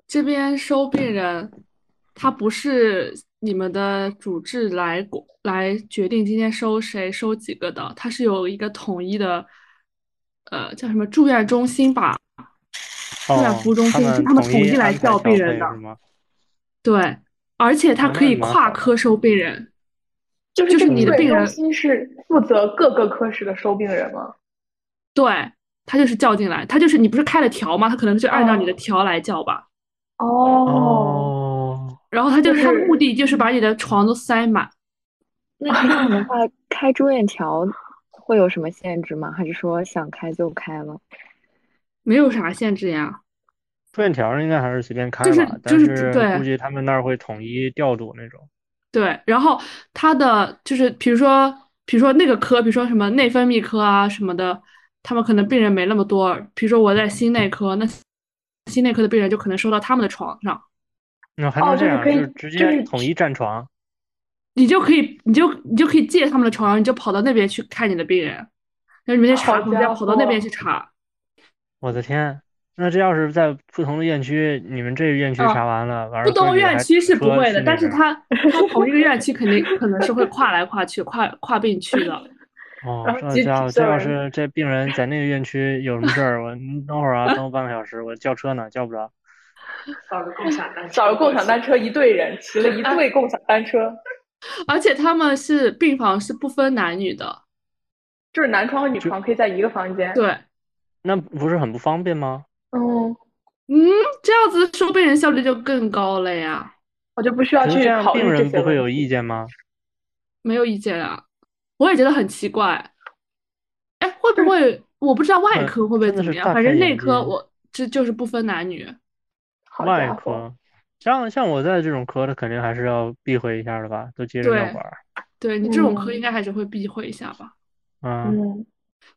Speaker 3: 这边收病人，他不是你们的主治来过来决定今天收谁、收几个的，他是有一个统一的，呃，叫什么住院中心吧？住院
Speaker 2: 哦，
Speaker 3: 服务中
Speaker 2: 他
Speaker 3: 心是
Speaker 2: 们
Speaker 3: 他们
Speaker 2: 统
Speaker 3: 统
Speaker 2: 一
Speaker 3: 一来
Speaker 2: 安排
Speaker 3: 叫
Speaker 2: 调
Speaker 3: 病人
Speaker 2: 配
Speaker 3: 的
Speaker 2: 是吗？
Speaker 3: 对，而且他
Speaker 2: 哦
Speaker 3: 可
Speaker 2: 那
Speaker 3: 以
Speaker 2: 蛮
Speaker 3: 跨
Speaker 2: 好的
Speaker 3: 科收病人，
Speaker 1: 就是
Speaker 3: 就是
Speaker 1: 这个
Speaker 3: 你的
Speaker 1: 住院
Speaker 3: 病
Speaker 1: 中
Speaker 3: 人
Speaker 1: 心是负责各个科室的收病人吗？
Speaker 3: 对，他就是叫进来，他就是你不是开了条吗？他可能就按照你的
Speaker 1: 哦
Speaker 3: 条来叫吧。
Speaker 1: 哦，
Speaker 2: 哦，
Speaker 3: 然后他就
Speaker 1: 就是
Speaker 3: 他目的就是把你的床都塞满。
Speaker 4: 那这样 的话，开住院条会有什么限制吗？还是说想开就开了？
Speaker 3: 没有啥限制呀。
Speaker 2: 住院条儿应该还是随便开
Speaker 3: 就是
Speaker 2: 吧，
Speaker 3: 就
Speaker 2: 但
Speaker 3: 是
Speaker 2: 是
Speaker 3: 对
Speaker 2: 估计他们那儿会统一调度那种。
Speaker 3: 对，然后他的就是比如说，比如说那个科，比如说什么内分泌科啊什么的，他们可能病人没那么多。比如说我在心内科，那心内科的病人就可能收到他们的床上，
Speaker 2: 那还
Speaker 1: 哦
Speaker 2: 能
Speaker 1: 就
Speaker 2: 这
Speaker 1: 是
Speaker 2: 样，
Speaker 1: 可以
Speaker 2: 就是直
Speaker 1: 就
Speaker 2: 接
Speaker 1: 是
Speaker 2: 统一占床。
Speaker 3: 你就可以，你就你就可以借他们的床，你就跑到那边去看你的病人，然后你们去
Speaker 1: 好
Speaker 3: 查房再
Speaker 1: 家
Speaker 3: 跑到那边
Speaker 1: 伙
Speaker 3: 去查。
Speaker 2: 我的天，那这要是在不同的院区，你们这个院区
Speaker 3: 啊
Speaker 2: 查完了，完
Speaker 3: 不
Speaker 2: 了
Speaker 3: 同
Speaker 2: 科室
Speaker 3: 院
Speaker 2: 还
Speaker 3: 区是不
Speaker 2: 车
Speaker 3: 会
Speaker 2: 去
Speaker 3: 的，
Speaker 2: 那
Speaker 3: 但是
Speaker 2: 边
Speaker 3: 他他同一个院区肯定可能是会跨来跨去、跨跨病区的。
Speaker 1: 然
Speaker 2: 哦，
Speaker 1: 后
Speaker 2: 这
Speaker 1: 急
Speaker 2: 家
Speaker 1: 诊
Speaker 2: 伙，这要
Speaker 1: 室
Speaker 2: 是这病人在那个院区有什么事儿，我 你等会儿啊，等我半个小时，我叫车呢，叫不着。
Speaker 5: 找个共享单车，
Speaker 1: 找个共享单车，一队人骑了一队共享单车，
Speaker 3: 而且他们是病房是不分男女的，
Speaker 1: 就是男床和女床可以在一个房间。，
Speaker 3: 对，
Speaker 2: 那不是很不方便吗？
Speaker 1: 嗯，
Speaker 3: 嗯，这样子收病人效率就更高了呀，
Speaker 1: 我就不需要
Speaker 2: 可是
Speaker 1: 去
Speaker 2: 这样
Speaker 1: 考
Speaker 2: 病
Speaker 1: 虑这
Speaker 2: 人
Speaker 1: 些
Speaker 2: 不会
Speaker 1: 问
Speaker 2: 有
Speaker 1: 题
Speaker 2: 意见吗？
Speaker 3: 没有意见啊，我也觉得很奇怪。哎，会不会我不知道外
Speaker 2: 嗯
Speaker 3: 科会不会
Speaker 2: 真的
Speaker 3: 怎么
Speaker 2: 是
Speaker 3: 样？
Speaker 2: 大
Speaker 3: 反
Speaker 2: 开
Speaker 3: 正内
Speaker 2: 眼
Speaker 3: 科
Speaker 2: 界
Speaker 3: 我这就是不分男女。
Speaker 1: 好
Speaker 2: 外啊
Speaker 1: 家伙，
Speaker 2: 科，像像我在这种科的，肯定还是要避讳一下的吧，都接着
Speaker 3: 对
Speaker 2: 那会儿，
Speaker 3: 对你这种科
Speaker 1: 嗯
Speaker 3: 应该还是会避讳一下吧。
Speaker 2: 嗯，
Speaker 1: 嗯，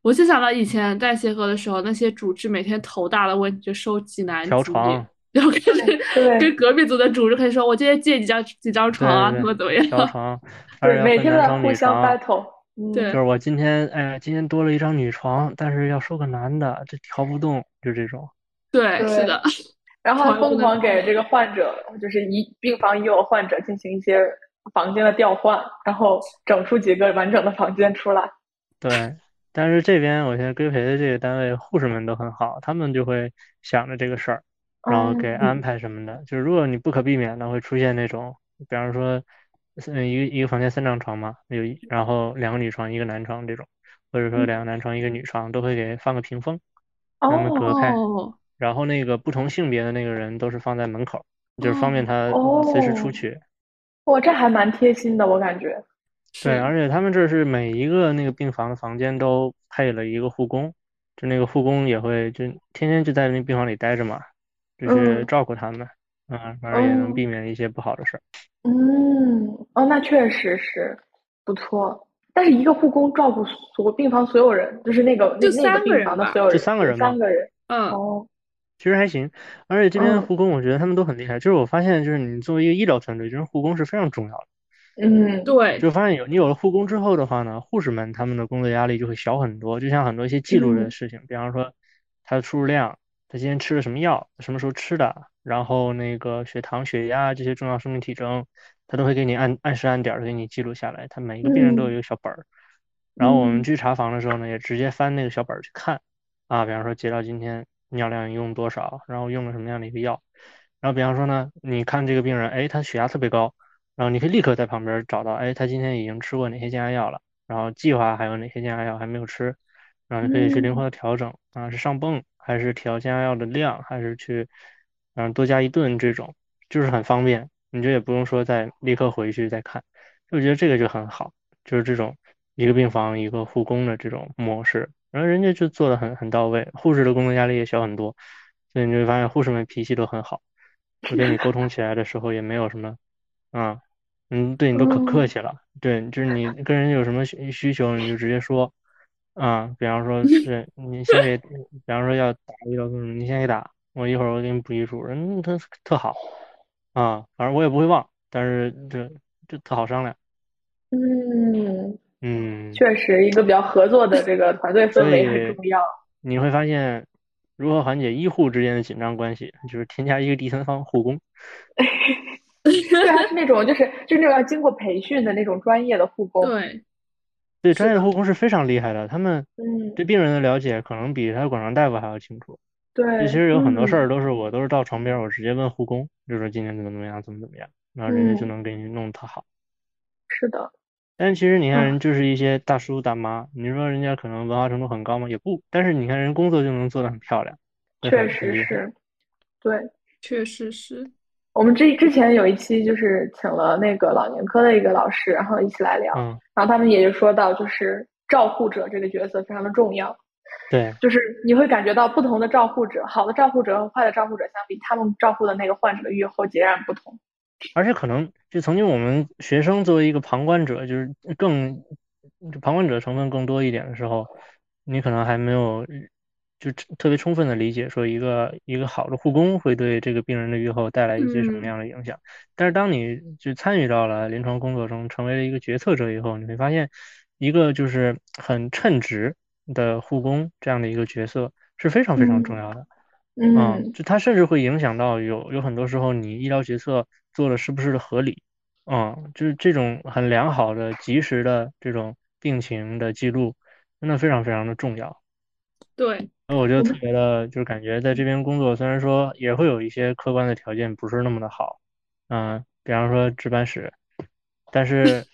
Speaker 3: 我就想到以前在协和的时候，那些主治每天头大的问题就收集男
Speaker 2: 调
Speaker 3: 主
Speaker 2: 床，
Speaker 3: 然后开始
Speaker 1: 对
Speaker 3: 跟隔壁组的主治开始说：“我今天借几张几张床啊，
Speaker 2: 对
Speaker 3: 怎么
Speaker 2: 对
Speaker 3: 怎
Speaker 2: 对，调
Speaker 3: 么样
Speaker 2: 床，而
Speaker 1: 对，
Speaker 2: 且要
Speaker 1: 每
Speaker 2: 分
Speaker 1: 天
Speaker 2: 男
Speaker 1: 在
Speaker 2: 床
Speaker 1: 互
Speaker 2: 女
Speaker 1: 相
Speaker 2: 床啊
Speaker 1: battle，嗯，
Speaker 3: 对
Speaker 2: 就是我今天，哎呀，今天多了一张女床，但是要收个男的，这调不动，就这种。？”
Speaker 3: 对，
Speaker 1: 对
Speaker 3: 是的，
Speaker 1: 然后还
Speaker 3: 床又
Speaker 1: 疯
Speaker 3: 不能
Speaker 1: 狂
Speaker 3: 放
Speaker 1: 给这个患者，就是一病房已有患者进行一些房间的调换，然后整出几个完整的房间出来。
Speaker 2: 对，但是这边我现在规培的这个单位，护士们都很好，他们就会想着这个事儿，然后给
Speaker 1: 嗯
Speaker 2: 安排什么的。就是如果你不可避免的会出现那种，比方说，嗯，一个一个房间三张床嘛，有一然后两个女床一个男床这种，或者说
Speaker 1: 嗯
Speaker 2: 两个男床一个女床，都会给放个屏风，让他们
Speaker 1: 哦
Speaker 2: 隔开。
Speaker 3: 哦，
Speaker 2: 然后那个不同性别的那个人都是放在门口，就是方便他随时出
Speaker 1: 哦
Speaker 2: 去。
Speaker 1: 哇，这还蛮贴心的，我感觉。
Speaker 2: 对，
Speaker 3: 是
Speaker 2: 而且他们这是每一个那个病房的房间都配了一个护工，就那个护工也会就天天就在那病房里待着嘛，就是
Speaker 1: 嗯
Speaker 2: 照顾他们，嗯，反正也能
Speaker 1: 哦
Speaker 2: 避免一些不好的事儿。
Speaker 1: 嗯，哦，那确实是不错。但是一个护工照顾所病房所有人，就是那个那
Speaker 3: 就
Speaker 1: 那
Speaker 3: 三
Speaker 1: 个
Speaker 3: 个
Speaker 1: 病
Speaker 3: 人
Speaker 1: 房的
Speaker 3: 吧
Speaker 1: 所有人，
Speaker 2: 就三个人吗
Speaker 1: 三个人。
Speaker 3: 嗯，
Speaker 1: 哦，
Speaker 2: 其实还行，而且这边
Speaker 1: 嗯
Speaker 2: 护工我觉得他们都很厉害，就是我发现就是你作为一个医疗团队，就是护工是非常重要的。
Speaker 1: 嗯，
Speaker 3: 对，
Speaker 2: 就发现有你有了护工之后的话呢，护士们他们的工作压力就会小很多，就像很多一些记录的
Speaker 1: 嗯
Speaker 2: 事情，比方说他的出入量，他今天吃了什么药，什么时候吃的，然后那个血糖、血压这些重要生命体征，他都会给你按按时按点儿的给你记录下来。他每一个病人都有一个小本儿，然后我们
Speaker 1: 嗯
Speaker 2: 去查房的时候呢，也直接翻那个小本儿去看啊，比方说截到今天尿量用多少，然后用了什么样的一个药，然后比方说呢，你看这个病人，哎，他血压特别高。然后你可以立刻在旁边找到，哎，他今天已经吃过哪些降压药了，然后计划还有哪些降压药还没有吃，然后你可以去灵活的调整啊，是上泵还是调降压药的量，还是去嗯多加一顿这种，就是很方便，你就也不用说再立刻回去再看，就我觉得这个就很好，就是这种一个病房一个护工的这种模式，然后人家就做的很很到位，护士的工作压力也小很多，所以你就会发现护士们脾气都很好。我跟你沟通起来的时候也没有什么，啊、嗯，对你都可客气了，对，就是你跟人有什么需需求你就直接说，啊、比方说是你先给，比方说要打胰岛素什么，你先给打，我一会儿我给你补一注，嗯，他特好，啊、反正我也不会忘，但是这这特好商量，
Speaker 1: 嗯，
Speaker 2: 嗯，
Speaker 1: 确实，一个比较合作的这个团队氛围很
Speaker 2: 所以
Speaker 1: 重要。
Speaker 2: 你会发现如何缓解医护之间的紧张关系，就是添加一个第三方护工，
Speaker 1: 对，还是那种就是就是那种要经过培训的那种专业的护工。
Speaker 3: 对，
Speaker 2: 对，专业的护工是非常厉害的，他们
Speaker 1: 嗯，
Speaker 2: 对病人的了解可能比他的管床大夫还要清楚。
Speaker 1: 对，
Speaker 2: 其实有很多事
Speaker 1: 嗯
Speaker 2: 儿都是我都是到床边儿，我直接问护工，就说今天怎么怎么样，怎么怎么样，然后人家就
Speaker 1: 嗯
Speaker 2: 能给你弄特好。
Speaker 1: 是的，
Speaker 2: 但其实你看
Speaker 1: 啊
Speaker 2: 人就是一些大叔大妈，你说人家可能文化程度很高吗？也不，但是你看人工作就能做得很漂亮，也
Speaker 1: 确
Speaker 2: 很
Speaker 1: 实
Speaker 2: 很厉害。
Speaker 1: 是。对，
Speaker 3: 确实是，
Speaker 1: 我们之之前有一期就是请了那个老年科的一个老师，然后一起来聊，
Speaker 2: 嗯，
Speaker 1: 然后他们也就说到，就是照护者这个角色非常的重要，
Speaker 2: 对，
Speaker 1: 就是你会感觉到不同的照护者，好的照护者和坏的照护者相比，他们照顾的那个患者的预后截然不同。
Speaker 2: 而且可能就曾经我们学生作为一个旁观者，就是更就旁观者成分更多一点的时候，你可能还没有就特别充分的理解说一个一个好的护工会对这个病人的预后带来一些什么
Speaker 3: 嗯
Speaker 2: 样的影响。但是当你就参与到了临床工作中，成为了一个决策者以后，你会发现一个就是很称职的护工这样的一个角色是非常非常重要的。啊，
Speaker 1: 嗯，
Speaker 2: 就它甚至会影响到有有很多时候你医疗决策做的是不是合理，啊，就是这种很良好的、及时的这种病情的记录，真的非常非常的重要。
Speaker 3: 对，
Speaker 2: 那我就特别的，就是感觉在这边工作，虽然说也会有一些客观的条件不是那么的好，嗯，比方说值班室，但是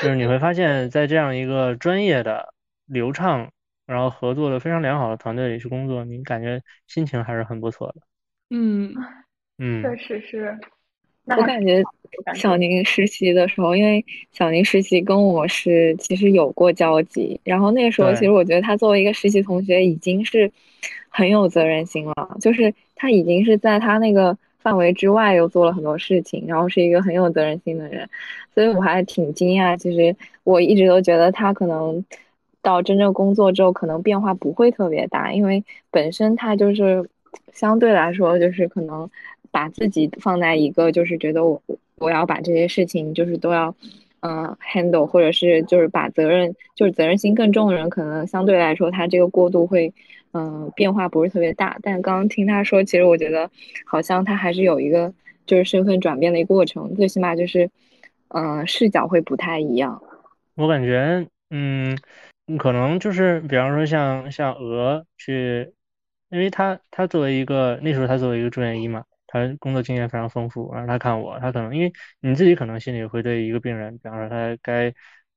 Speaker 2: 就是你会发现在这样一个专业的、流畅，然后合作的非常良好的团队里去工作，你感觉心情还是很不错的。
Speaker 3: 嗯，
Speaker 2: 嗯，
Speaker 1: 确实是。那
Speaker 4: 我
Speaker 1: 还
Speaker 4: 感觉
Speaker 1: 感觉
Speaker 4: 小宁实习的时候，因为小宁实习跟我是其实有过交集，然后那个时候
Speaker 2: 对
Speaker 4: 其实我觉得他作为一个实习同学已经是很有责任心了，就是他已经是在他那个范围之外又做了很多事情，然后是一个很有责任心的人，所以我还挺惊讶。其实我一直都觉得他可能到真正工作之后，可能变化不会特别大，因为本身他就是相对来说就是可能把自己放在一个就是觉得我我要把这些事情就是都要。嗯，handle 或者是就是把责任就是责任心更重的人，可能相对来说他这个过渡会，嗯、变化不是特别大。但刚刚听他说，其实我觉得好像他还是有一个就是身份转变的一个过程，最起码就是，嗯、视角会不太一样。
Speaker 2: 我感觉，嗯，嗯可能就是，比方说像像鹅去，因为他他作为一个那时候他作为一个住院医嘛，他工作经验非常丰富，然后他看我，他可能因为你自己可能心里会对一个病人，比方说他该，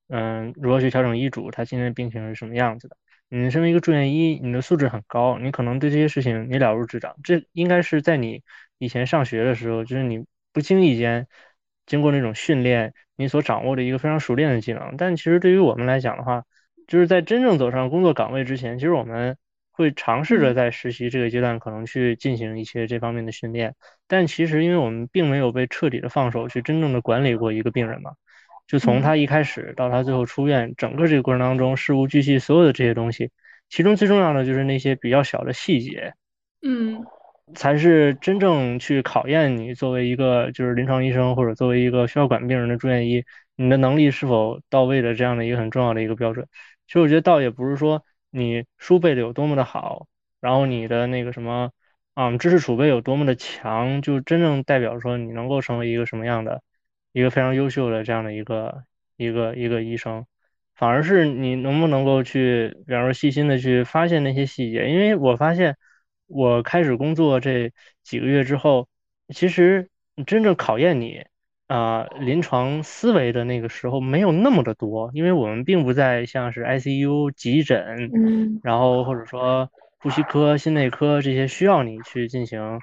Speaker 2: 嗯，如何去调整医嘱，他今天的病情是什么样子的。你身为一个住院医，你的素质很高，你可能对这些事情你了如指掌。这应该是在你以前上学的时候，就是你不经意间经过那种训练，你所掌握的一个非常熟练的技能。但其实对于我们来讲的话，就是在真正走上工作岗位之前，其实我们会尝试着在实习这个阶段可能去进行一些这方面的训练。但其实因为我们并没有被彻底的放手去真正的管理过一个病人嘛，就从他一开始到他最后出院，整个这个过程当中事无巨细所有的这些东西，其中最重要的就是那些比较小的细节，
Speaker 3: 嗯，
Speaker 2: 才是真正去考验你作为一个就是临床医生或者作为一个需要管病人的住院医，你的能力是否到位的这样的一个很重要的一个标准。其实我觉得倒也不是说你书背的有多么的好，然后你的那个什么，嗯，知识储备有多么的强，就真正代表说你能够成为一个什么样的一个非常优秀的这样的一个一个一个医生。反而是你能不能够去，比方说细心的去发现那些细节，因为我发现我开始工作这几个月之后，其实真正考验你啊、临床思维的那个时候没有那么的多，因为我们并不在像是 ICU 急诊，
Speaker 1: 嗯
Speaker 2: 然后或者说呼吸科、心内科这些需要你去进行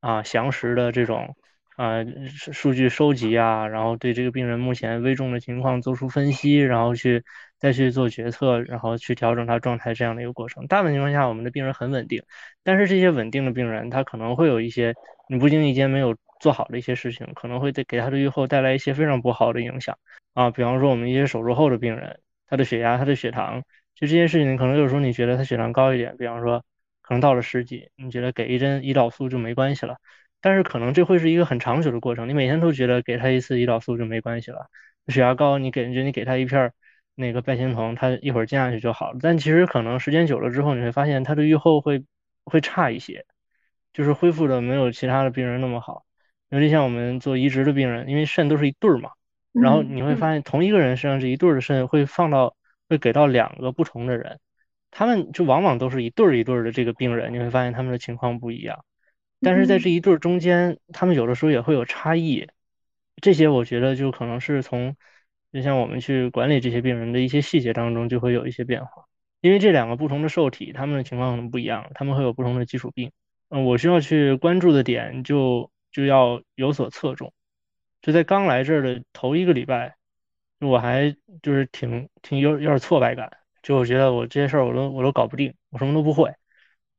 Speaker 2: 啊详实的这种啊数数据收集啊，然后对这个病人目前危重的情况做出分析，然后去再去做决策，然后去调整他状态这样的一个过程。大部分情况下，我们的病人很稳定，但是这些稳定的病人，他可能会有一些你不经意间没有做好的一些事情，可能会对给他的预后带来一些非常不好的影响啊。比方说我们一些手术后的病人，他的血压、他的血糖，就这些事情，可能有时候你觉得他血糖高一点，比方说可能到了十几，你觉得给一针胰岛素就没关系了，但是可能这会是一个很长久的过程，你每天都觉得给他一次胰岛素就没关系了，血压高你给人家你给他一片儿那个拜星酮，他一会儿降下去就好了，但其实可能时间久了之后，你会发现他的预后会会差一些，就是恢复的没有其他的病人那么好，尤其像我们做移植的病人，因为肾都是一对儿嘛。
Speaker 1: 嗯
Speaker 2: 然后你会发现同一个人身上这一对儿的肾会放到会给到两个不同的人，他们就往往都是一对儿一对儿的这个病人，你会发现他们的情况不一样，但是在这一对儿中间，他们有的时候也会有差异，这些我觉得就可能是从就像我们去管理这些病人的一些细节当中就会有一些变化，因为这两个不同的受体，他们的情况可能不一样，他们会有不同的基础病，嗯，我需要去关注的点就就要有所侧重。就在刚来这儿的头一个礼拜，我还就是挺挺有有点挫败感，就我觉得我这些事儿我都我都搞不定，我什么都不会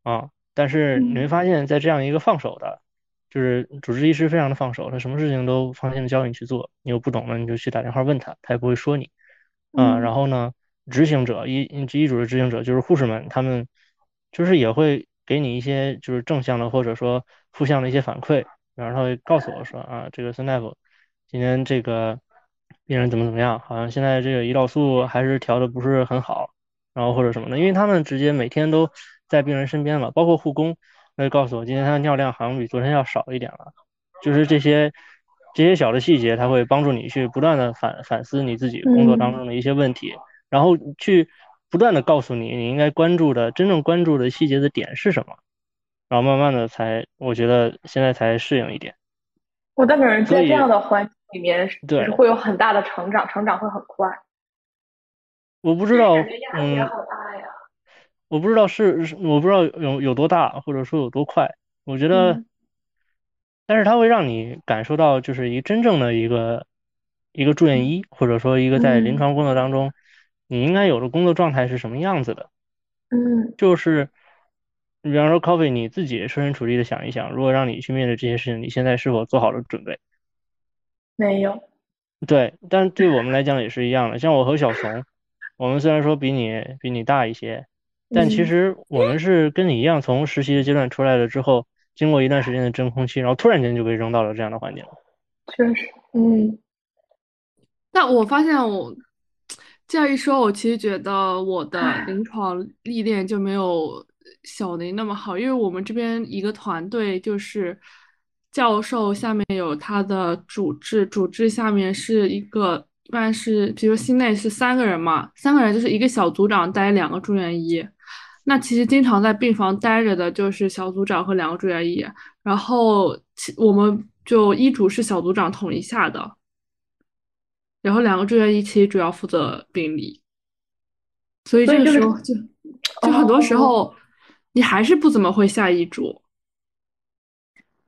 Speaker 2: 啊。但是你会发现在这样一个放手的，就是主治医师非常的放手，他什么事情都放心的交给你去做，你有不懂的你就去打电话问他，他也不会说你啊。然后呢，执行者医医嘱的执行者就是护士们，他们就是也会给你一些就是正向的或者说负向的一些反馈，然后他会告诉我说啊，这个孙大夫。今天这个病人怎么怎么样，好像现在这个胰岛素还是调的不是很好，然后或者什么的，因为他们直接每天都在病人身边嘛，包括护工，他就告诉我今天他的尿量好像比昨天要少一点了，就是这些这些小的细节，他会帮助你去不断的反反思你自己工作当中的一些问
Speaker 1: 嗯
Speaker 2: 题，然后去不断的告诉你你应该关注的真正关注的细节的点是什么，然后慢慢的才我觉得现在才适应一点。
Speaker 1: 我代表人
Speaker 2: 所
Speaker 1: 在这
Speaker 2: 以
Speaker 1: 样的环境里面，就
Speaker 2: 对
Speaker 1: 是会有很大的成长，成长会很快。
Speaker 2: 我不知道，
Speaker 1: 感觉压力也
Speaker 2: 嗯，
Speaker 1: 好大呀。
Speaker 2: 我不知道是，是我不知道有有多大，或者说有多快。我觉得
Speaker 1: 嗯
Speaker 2: 但是它会让你感受到就是一真正的一个一个住院医，或者说一个在临
Speaker 1: 嗯
Speaker 2: 床工作当中你应该有的工作状态是什么样子的。
Speaker 1: 嗯
Speaker 2: 就是，你比方说 Coffee，你自己设身处地的想一想，如果让你去面对这些事情，你现在是否做好了准备？
Speaker 1: 没有，
Speaker 2: 对，但是对我们来讲也是一样的。像我和小怂，我们虽然说比你比你大一些，但其
Speaker 1: 嗯
Speaker 2: 实我们是跟你一样，从实习的阶段出来了之后，经过一段时间的真空期，然后突然间就被扔到了这样的环境了。
Speaker 1: 确实，嗯
Speaker 3: 但我发现我这样一说，我其实觉得我的临床历练就没有小宁那么好，因为我们这边一个团队就是教授下面有他的主治，主治下面是一个一般是，比如心内是三个人嘛，三个人就是一个小组长带两个住院医。那其实经常在病房待着的就是小组长和两个住院医，然后其我们就医嘱是小组长统一下的，然后两个住院医其实主要负责病理，所以
Speaker 1: 所
Speaker 3: 这
Speaker 1: 以哦
Speaker 3: 个
Speaker 1: 这个
Speaker 3: 时候就就很多时候你还是不怎么会下医
Speaker 1: 哦
Speaker 3: 嘱，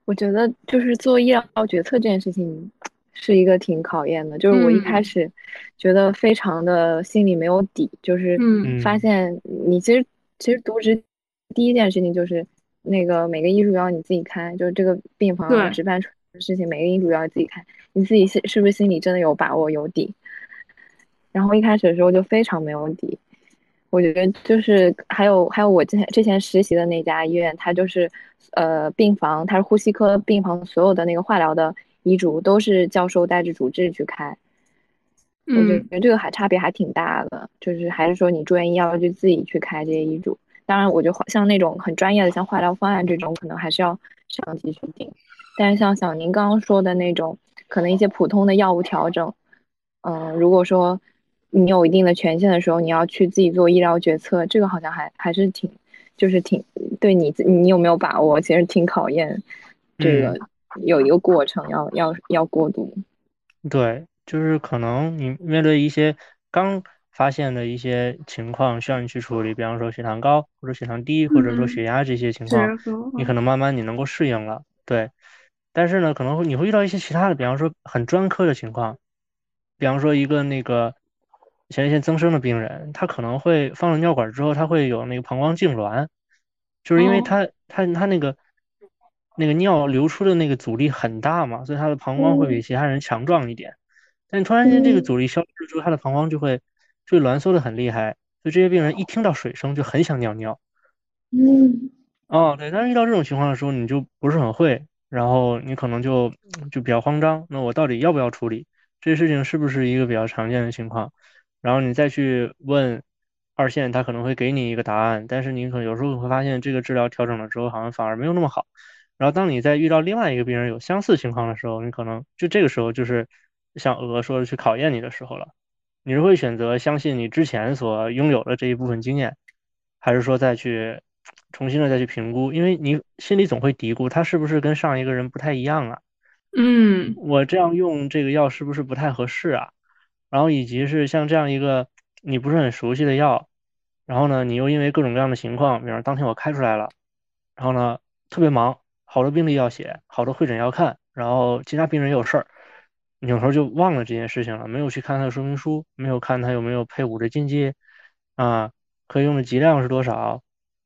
Speaker 4: 我觉得就是做医疗决策这件事情是一个挺考验的，就是我一开
Speaker 3: 嗯
Speaker 4: 始觉得非常的心里没有底，就是
Speaker 3: 嗯
Speaker 4: 发
Speaker 2: 嗯
Speaker 4: 现你其实其实渎职第一件事情就是那个每个医嘱要你自己开，就是这个病房啊
Speaker 3: 对
Speaker 4: 值班处的事情每个医嘱要自己开，你自己是是不是心里真的有把握有底？然后一开始的时候就非常没有底，我觉得就是还有还有我之前之前实习的那家医院，它就是呃病房，它是呼吸科病房所有的那个化疗的医嘱都是教授带着主治去开，我觉
Speaker 3: 嗯
Speaker 4: 得这个还差别还挺大的，就是还是说你住院医要去自己去开这些医嘱。当然，我觉得化像那种很专业的，像化疗方案这种，可能还是要上级去定。但是像小宁刚刚说的那种，可能一些普通的药物调整，嗯，如果说你有一定的权限的时候，你要去自己做医疗决策，这个好像还还是挺，就是挺对你自你有没有把握，其实挺考验
Speaker 2: 嗯
Speaker 4: 这个有一个过程要要要过渡。
Speaker 2: 对，就是可能你面对一些刚发现的一些情况，需要你去处理，比方说血糖高或者血糖低，或者说血压这些情
Speaker 3: 这
Speaker 2: 况，
Speaker 3: 个
Speaker 2: 你可能慢慢你能够适应了，对。但是呢，可能会你会遇到一些其他的，比方说很专科的情况，比方说一个那个前列腺增生的病人，他可能会放了尿管之后，他会有那个膀胱痉挛，就是因为
Speaker 3: 哦
Speaker 2: 他他他那个那个尿流出的那个阻力很大嘛，所以他的膀胱会比其他人强壮一点。但突然间这个
Speaker 1: 嗯
Speaker 2: 阻力消失之后，他的膀胱就会就会挛缩的很厉害，所以这些病人一听到水声就很想尿尿。
Speaker 1: 嗯
Speaker 2: 哦，对，但是遇到这种情况的时候，你就不是很会，然后你可能就就比较慌张。那我到底要不要处理这些事情？是不是一个比较常见的情况？然后你再去问二线，他可能会给你一个答案，但是你可能有时候会发现这个治疗调整了之后，好像反而没有那么好。然后当你再遇到另外一个病人有相似情况的时候，你可能就这个时候就是像鹅说的去考验你的时候了。你是会选择相信你之前所拥有的这一部分经验，还是说再去重新的再去评估？因为你心里总会嘀咕，他是不是跟上一个人不太一样啊？
Speaker 3: 嗯
Speaker 2: 我这样用这个药是不是不太合适啊？然后以及是像这样一个你不是很熟悉的药，然后呢，你又因为各种各样的情况，比方当天我开出来了，然后呢特别忙，好多病例要写，好多会诊要看，然后其他病人也有事儿，你有时候就忘了这件事情了，没有去看他的说明书，没有看他有没有配伍的进阶，啊，可以用的剂量是多少，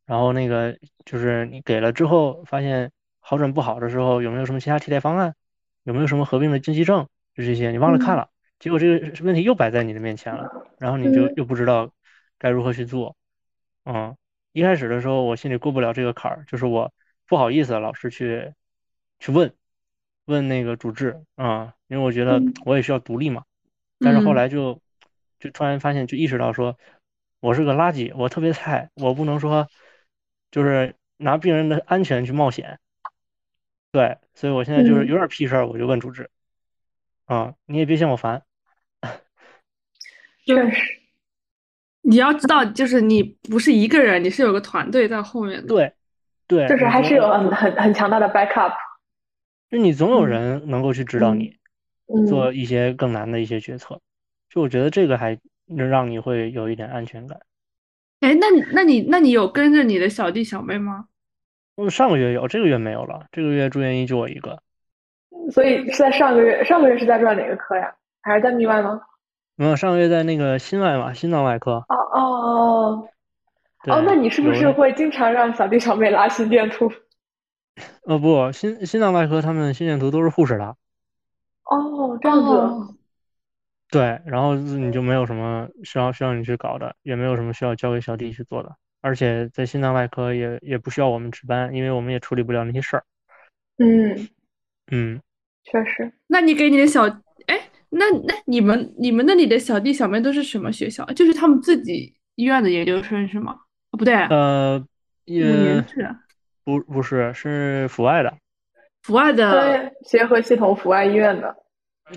Speaker 2: 然后那个就是你给了之后发现好转不好的时候，有没有什么其他替代方案？有没有什么合并的禁忌症，就这些，你忘
Speaker 1: 嗯
Speaker 2: 了看了，结果这个问题又摆在你的面前了，然后你就
Speaker 1: 嗯
Speaker 2: 又不知道该如何去做。嗯，一开始的时候我心里过不了这个坎儿，就是我不好意思老是去去问问那个主治啊、因为我觉得
Speaker 1: 嗯
Speaker 2: 我也需要独立嘛。但是后
Speaker 3: 嗯
Speaker 2: 来就就突然发现，就意识到说，我是个垃圾，我特别菜，我不能说就是拿病人的安全去冒险。对，所以我现在就是
Speaker 1: 嗯
Speaker 2: 有点屁事儿，我就问主治，啊、你也别嫌我烦。
Speaker 1: 确实，
Speaker 3: 你要知道，就是你不是一个人，你是有个团队在后面的。
Speaker 2: 对，对，
Speaker 1: 就是
Speaker 2: 你
Speaker 1: 还
Speaker 2: 总
Speaker 1: 是有很很很强大的 backup。
Speaker 2: 就你总有
Speaker 1: 嗯
Speaker 2: 人能够去指导
Speaker 1: 嗯
Speaker 2: 你。
Speaker 1: 嗯，
Speaker 2: 做一些更难的一些决策。就我觉得这个还能让你会有一点安全感。
Speaker 3: 哎，那你那你那你有跟着你的小弟小妹吗？
Speaker 2: 我上个月有，这个月没有了。这个月住院医就我一个。
Speaker 1: 所以是在上个月，上个月是在转哪个科呀？还是在密外吗？
Speaker 2: 没有，上个月在那个心外嘛，心脏外科。
Speaker 1: 哦哦哦
Speaker 2: 对
Speaker 1: 哦，那你是不是
Speaker 2: 有
Speaker 1: 会经常让小弟小妹拉心电图？
Speaker 2: 呃，不，心心脏外科他们心电图都是护士拉，
Speaker 1: 哦，这样子，
Speaker 3: 哦
Speaker 2: 对，然后你就没有什么需要需要你去搞的，也没有什么需要交给小弟去做的，而且在心脏外科也也不需要我们值班，因为我们也处理不了那些事儿。
Speaker 1: 嗯，
Speaker 2: 嗯，
Speaker 1: 确实，
Speaker 3: 那你给你的小，哎，那那你们你们那里的小弟小妹都是什么学校？就是他们自己医院的研究生是吗？哦，不对，
Speaker 2: 呃，
Speaker 3: 五
Speaker 2: 也
Speaker 3: 年制啊，
Speaker 2: 不不是是阜外的，
Speaker 3: 阜外
Speaker 2: 嗯
Speaker 3: 的，
Speaker 1: 对，协和系统阜外医院的，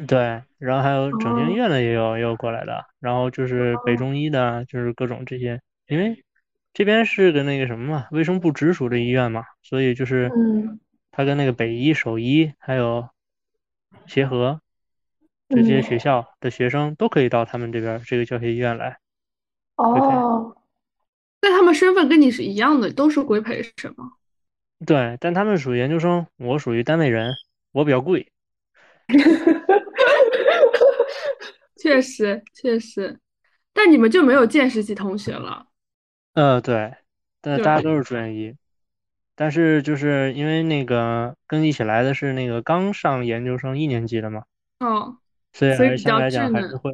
Speaker 2: 对，然后还有整形
Speaker 3: 哦
Speaker 2: 医院的也有也有过来的，然后就是北
Speaker 1: 哦
Speaker 2: 中医的，就是各种这些，因为这边是个那个什么嘛，卫生部直属的医院嘛，所以就是
Speaker 1: 嗯
Speaker 2: 它跟那个北医、首医还有协和这些
Speaker 1: 嗯
Speaker 2: 学校的学生都可以到他们这边儿这个教学医院来。
Speaker 1: 哦，
Speaker 3: 但他们身份跟你是一样的，都是规培生吗？
Speaker 2: 对，但他们属于研究生，我属于单位人，我比较贵。
Speaker 3: 确实确实，但你们就没有见识系同学了。
Speaker 2: 呃，对，但
Speaker 3: 对
Speaker 2: 大家都是专一，但是就是因为那个跟一起来的是那个刚上研究生一年级的嘛，
Speaker 3: 哦，
Speaker 2: 所以
Speaker 3: 所以
Speaker 2: 还
Speaker 3: 比
Speaker 2: 相对
Speaker 3: 较
Speaker 2: 来讲
Speaker 3: 稚
Speaker 2: 还
Speaker 3: 嫩
Speaker 2: 是会，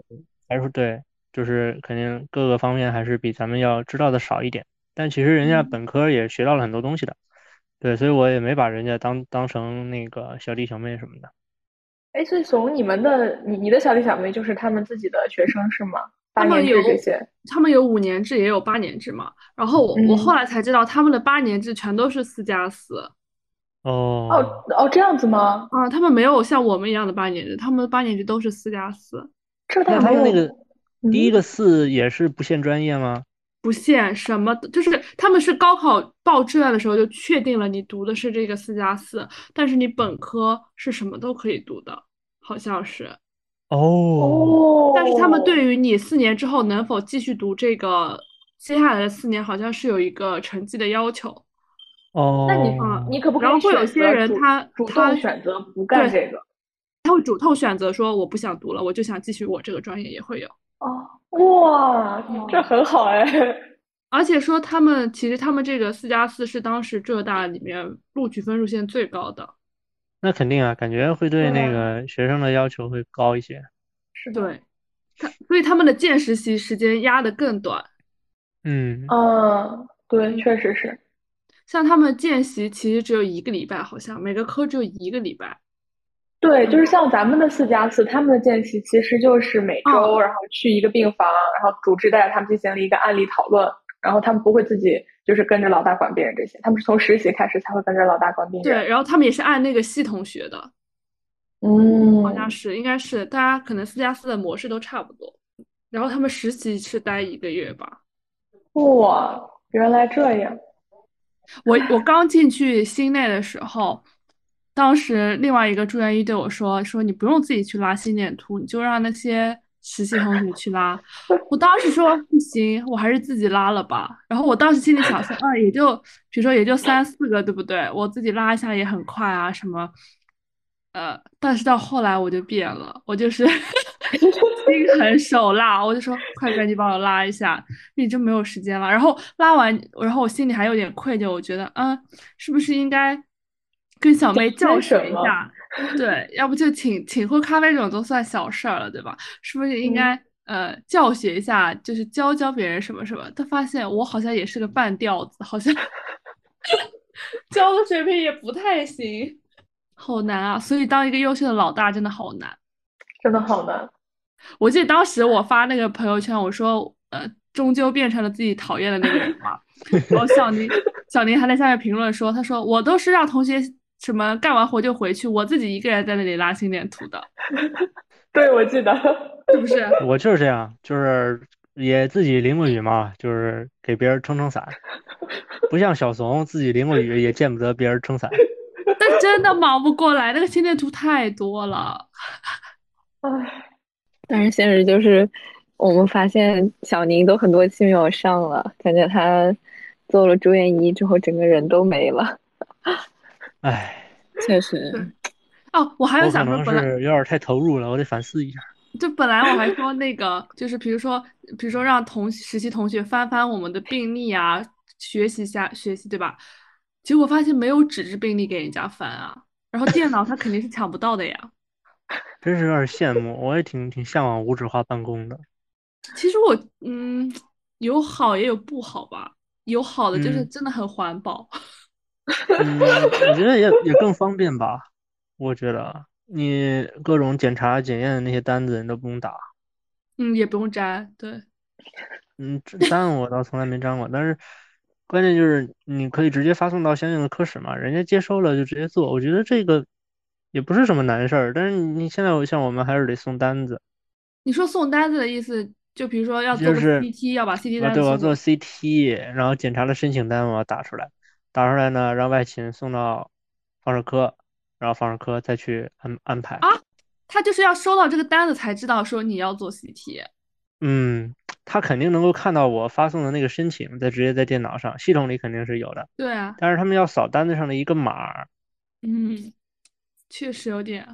Speaker 2: 还是会对，就是肯定各个方面还是比咱们要知道的少一点。但其实人家
Speaker 3: 嗯
Speaker 2: 本科也学到了很多东西的，对，所以我也没把人家当当成那个小弟小妹什么的。
Speaker 1: 哎，所以从你们的你你的小弟小妹就是他们自己的学生是吗？
Speaker 3: 他
Speaker 1: 八
Speaker 3: 们
Speaker 1: 年制这
Speaker 3: 有
Speaker 1: 些，
Speaker 3: 他们有五年制，也有八年制嘛。然后我我后
Speaker 1: 嗯
Speaker 3: 来才知道，他们的八年制全都是四加四
Speaker 2: 哦，
Speaker 1: 哦哦，这样子吗？
Speaker 3: 啊，他们没有像我们一样的八年制，他们的八年制都是四加四，
Speaker 1: 这
Speaker 2: 那
Speaker 1: 倒
Speaker 2: 他
Speaker 1: 没
Speaker 2: 们那
Speaker 1: 有，
Speaker 2: 个第一
Speaker 1: 嗯
Speaker 2: 个四也是不限专业吗？
Speaker 3: 不限什么的，就是他们是高考报志愿的时候就确定了你读的是这个四加四，但是你本科是什么都可以读的，好像是。
Speaker 2: 哦，
Speaker 1: 哦，
Speaker 3: 但是他们对于你四年之后能否继续读这个接下来的四年，好像是有一个成绩的要求。
Speaker 1: 那你
Speaker 2: 哦，
Speaker 1: 你可不可
Speaker 3: 然后
Speaker 1: 以
Speaker 3: 会有
Speaker 1: 选
Speaker 3: 些
Speaker 1: 择
Speaker 3: 人
Speaker 1: 主
Speaker 3: 他
Speaker 1: 主
Speaker 3: 他
Speaker 1: 动选择不干
Speaker 3: 对
Speaker 1: 这个？
Speaker 3: 他会主动选择说我不想读了，我就想继续我这个专业也会有。
Speaker 1: 哦，哇，这很好哎，
Speaker 3: 而且说他们其实他们这个四加四是当时浙大里面录取分数线最高的，
Speaker 2: 那肯定啊，感觉会对
Speaker 1: 对
Speaker 2: 那
Speaker 1: 啊
Speaker 2: 个学生的要求会高一些。
Speaker 1: 是的，
Speaker 3: 对，他所以他们的见识期时间压得更短。
Speaker 2: 嗯，
Speaker 1: 嗯，对，确实是，
Speaker 3: 像他们见习其实只有一个礼拜，好像每个科只有一个礼拜。
Speaker 1: 对，
Speaker 6: 嗯
Speaker 1: 就是像咱们的四加四，他们的见习其实就是每
Speaker 3: 哦
Speaker 1: 周，然后去一个病房，然后主治带着他们进行了一个案例讨论，然后他们不会自己就是跟着老大管病人这些，他们是从实习开始才会跟着老大管病
Speaker 3: 对，
Speaker 1: 人。
Speaker 3: 然后他们也是按那个系统学的，好像
Speaker 1: 嗯，
Speaker 3: 是，应该是大家可能四加四的模式都差不多。然后他们实习是待一个月吧。
Speaker 1: 哇，原来这样，
Speaker 3: 我我刚进去心内的时候，当时另外一个住院医对我说：“说你不用自己去拉心电图，你就让那些实习同学去拉。”我当时说：“不行，我还是自己拉了吧。”然后我当时心里想说：“啊，也就比如说也就三四个，对不对？我自己拉一下也很快啊，什么。”呃，但是到后来我就变了，我就是 心狠手辣，我就说快赶紧帮我拉一下，你就没有时间了。然后拉完，然后我心里还有点愧疚，我觉得，嗯，是不是应该跟小妹教
Speaker 1: 为什
Speaker 3: 训一
Speaker 1: 么
Speaker 3: 下？对，要不就请请喝咖啡这种都算小事儿了，对吧？是不是应该呃教学一下，就是教教别人什么什么？但发现我好像也是个半吊子，好像 教的水平也不太行，好难啊！所以当一个优秀的老大真的好难。
Speaker 1: 真的好难。
Speaker 3: 我记得当时我发那个朋友圈，我说，呃，终究变成了自己讨厌的那个人嘛。然后小宁，小宁还在下面评论说，他说我都是让同学什么干完活就回去，我自己一个人在那里拉心电图的，
Speaker 1: 对，我记得，
Speaker 3: 是不是？
Speaker 2: 我就是这样，就是也自己淋过雨嘛，就是给别人撑撑伞，不像小怂自己淋过雨也见不得别人撑伞。
Speaker 3: 但真的忙不过来，那个心电图太多了。
Speaker 1: 唉，
Speaker 4: 但是现实就是，我们发现小宁都很多期没有上了，感觉他做了住 院医之后，整个人都没了。
Speaker 2: 唉，
Speaker 4: 确实，
Speaker 3: 哦，我还有
Speaker 2: 我可
Speaker 3: 想说，
Speaker 2: 能
Speaker 3: 本来
Speaker 2: 是有点太投入了，我得反思一下。
Speaker 3: 就本来我还说那个，就是比如说，比如说让同实习同学翻翻我们的病历啊，学习一下学习，对吧？结果发现没有纸质病历给人家翻啊，然后电脑它肯定是抢不到的呀。
Speaker 2: 真是有点羡慕，我也挺挺向往无纸化办公的。
Speaker 3: 其实我嗯，有好也有不好吧，有好的就是
Speaker 2: 嗯
Speaker 3: 真的很环保，
Speaker 2: 嗯，我觉得也也更方便吧。我觉得啊你各种检查检验的那些单子你都不用打。
Speaker 3: 嗯，也不用粘，对，
Speaker 2: 嗯，这单我倒从来没粘过，但是关键就是你可以直接发送到相应的科室嘛，人家接收了就直接做。我觉得这个也不是什么难事儿，但是你现在我像我们还是得送单子，
Speaker 3: 你说送单子的意思，就比如说要
Speaker 2: 就
Speaker 3: 做个
Speaker 2: 是
Speaker 3: CT，要把 CT
Speaker 2: 啊，
Speaker 3: 单
Speaker 2: 对，
Speaker 3: 子
Speaker 2: 我要
Speaker 3: 送
Speaker 2: 做
Speaker 3: 过
Speaker 2: CT，然后检查了申请单我要打出来，打出来呢让外勤送到放射科，然后放射科再去安安排。
Speaker 3: 啊他就是要收到这个单子才知道说你要做 CT。
Speaker 2: 嗯，他肯定能够看到我发送的那个申请，再直接在电脑上，系统里肯定是有的，
Speaker 3: 对啊，
Speaker 2: 但是他们要扫单子上的一个码儿。
Speaker 3: 嗯，确实有点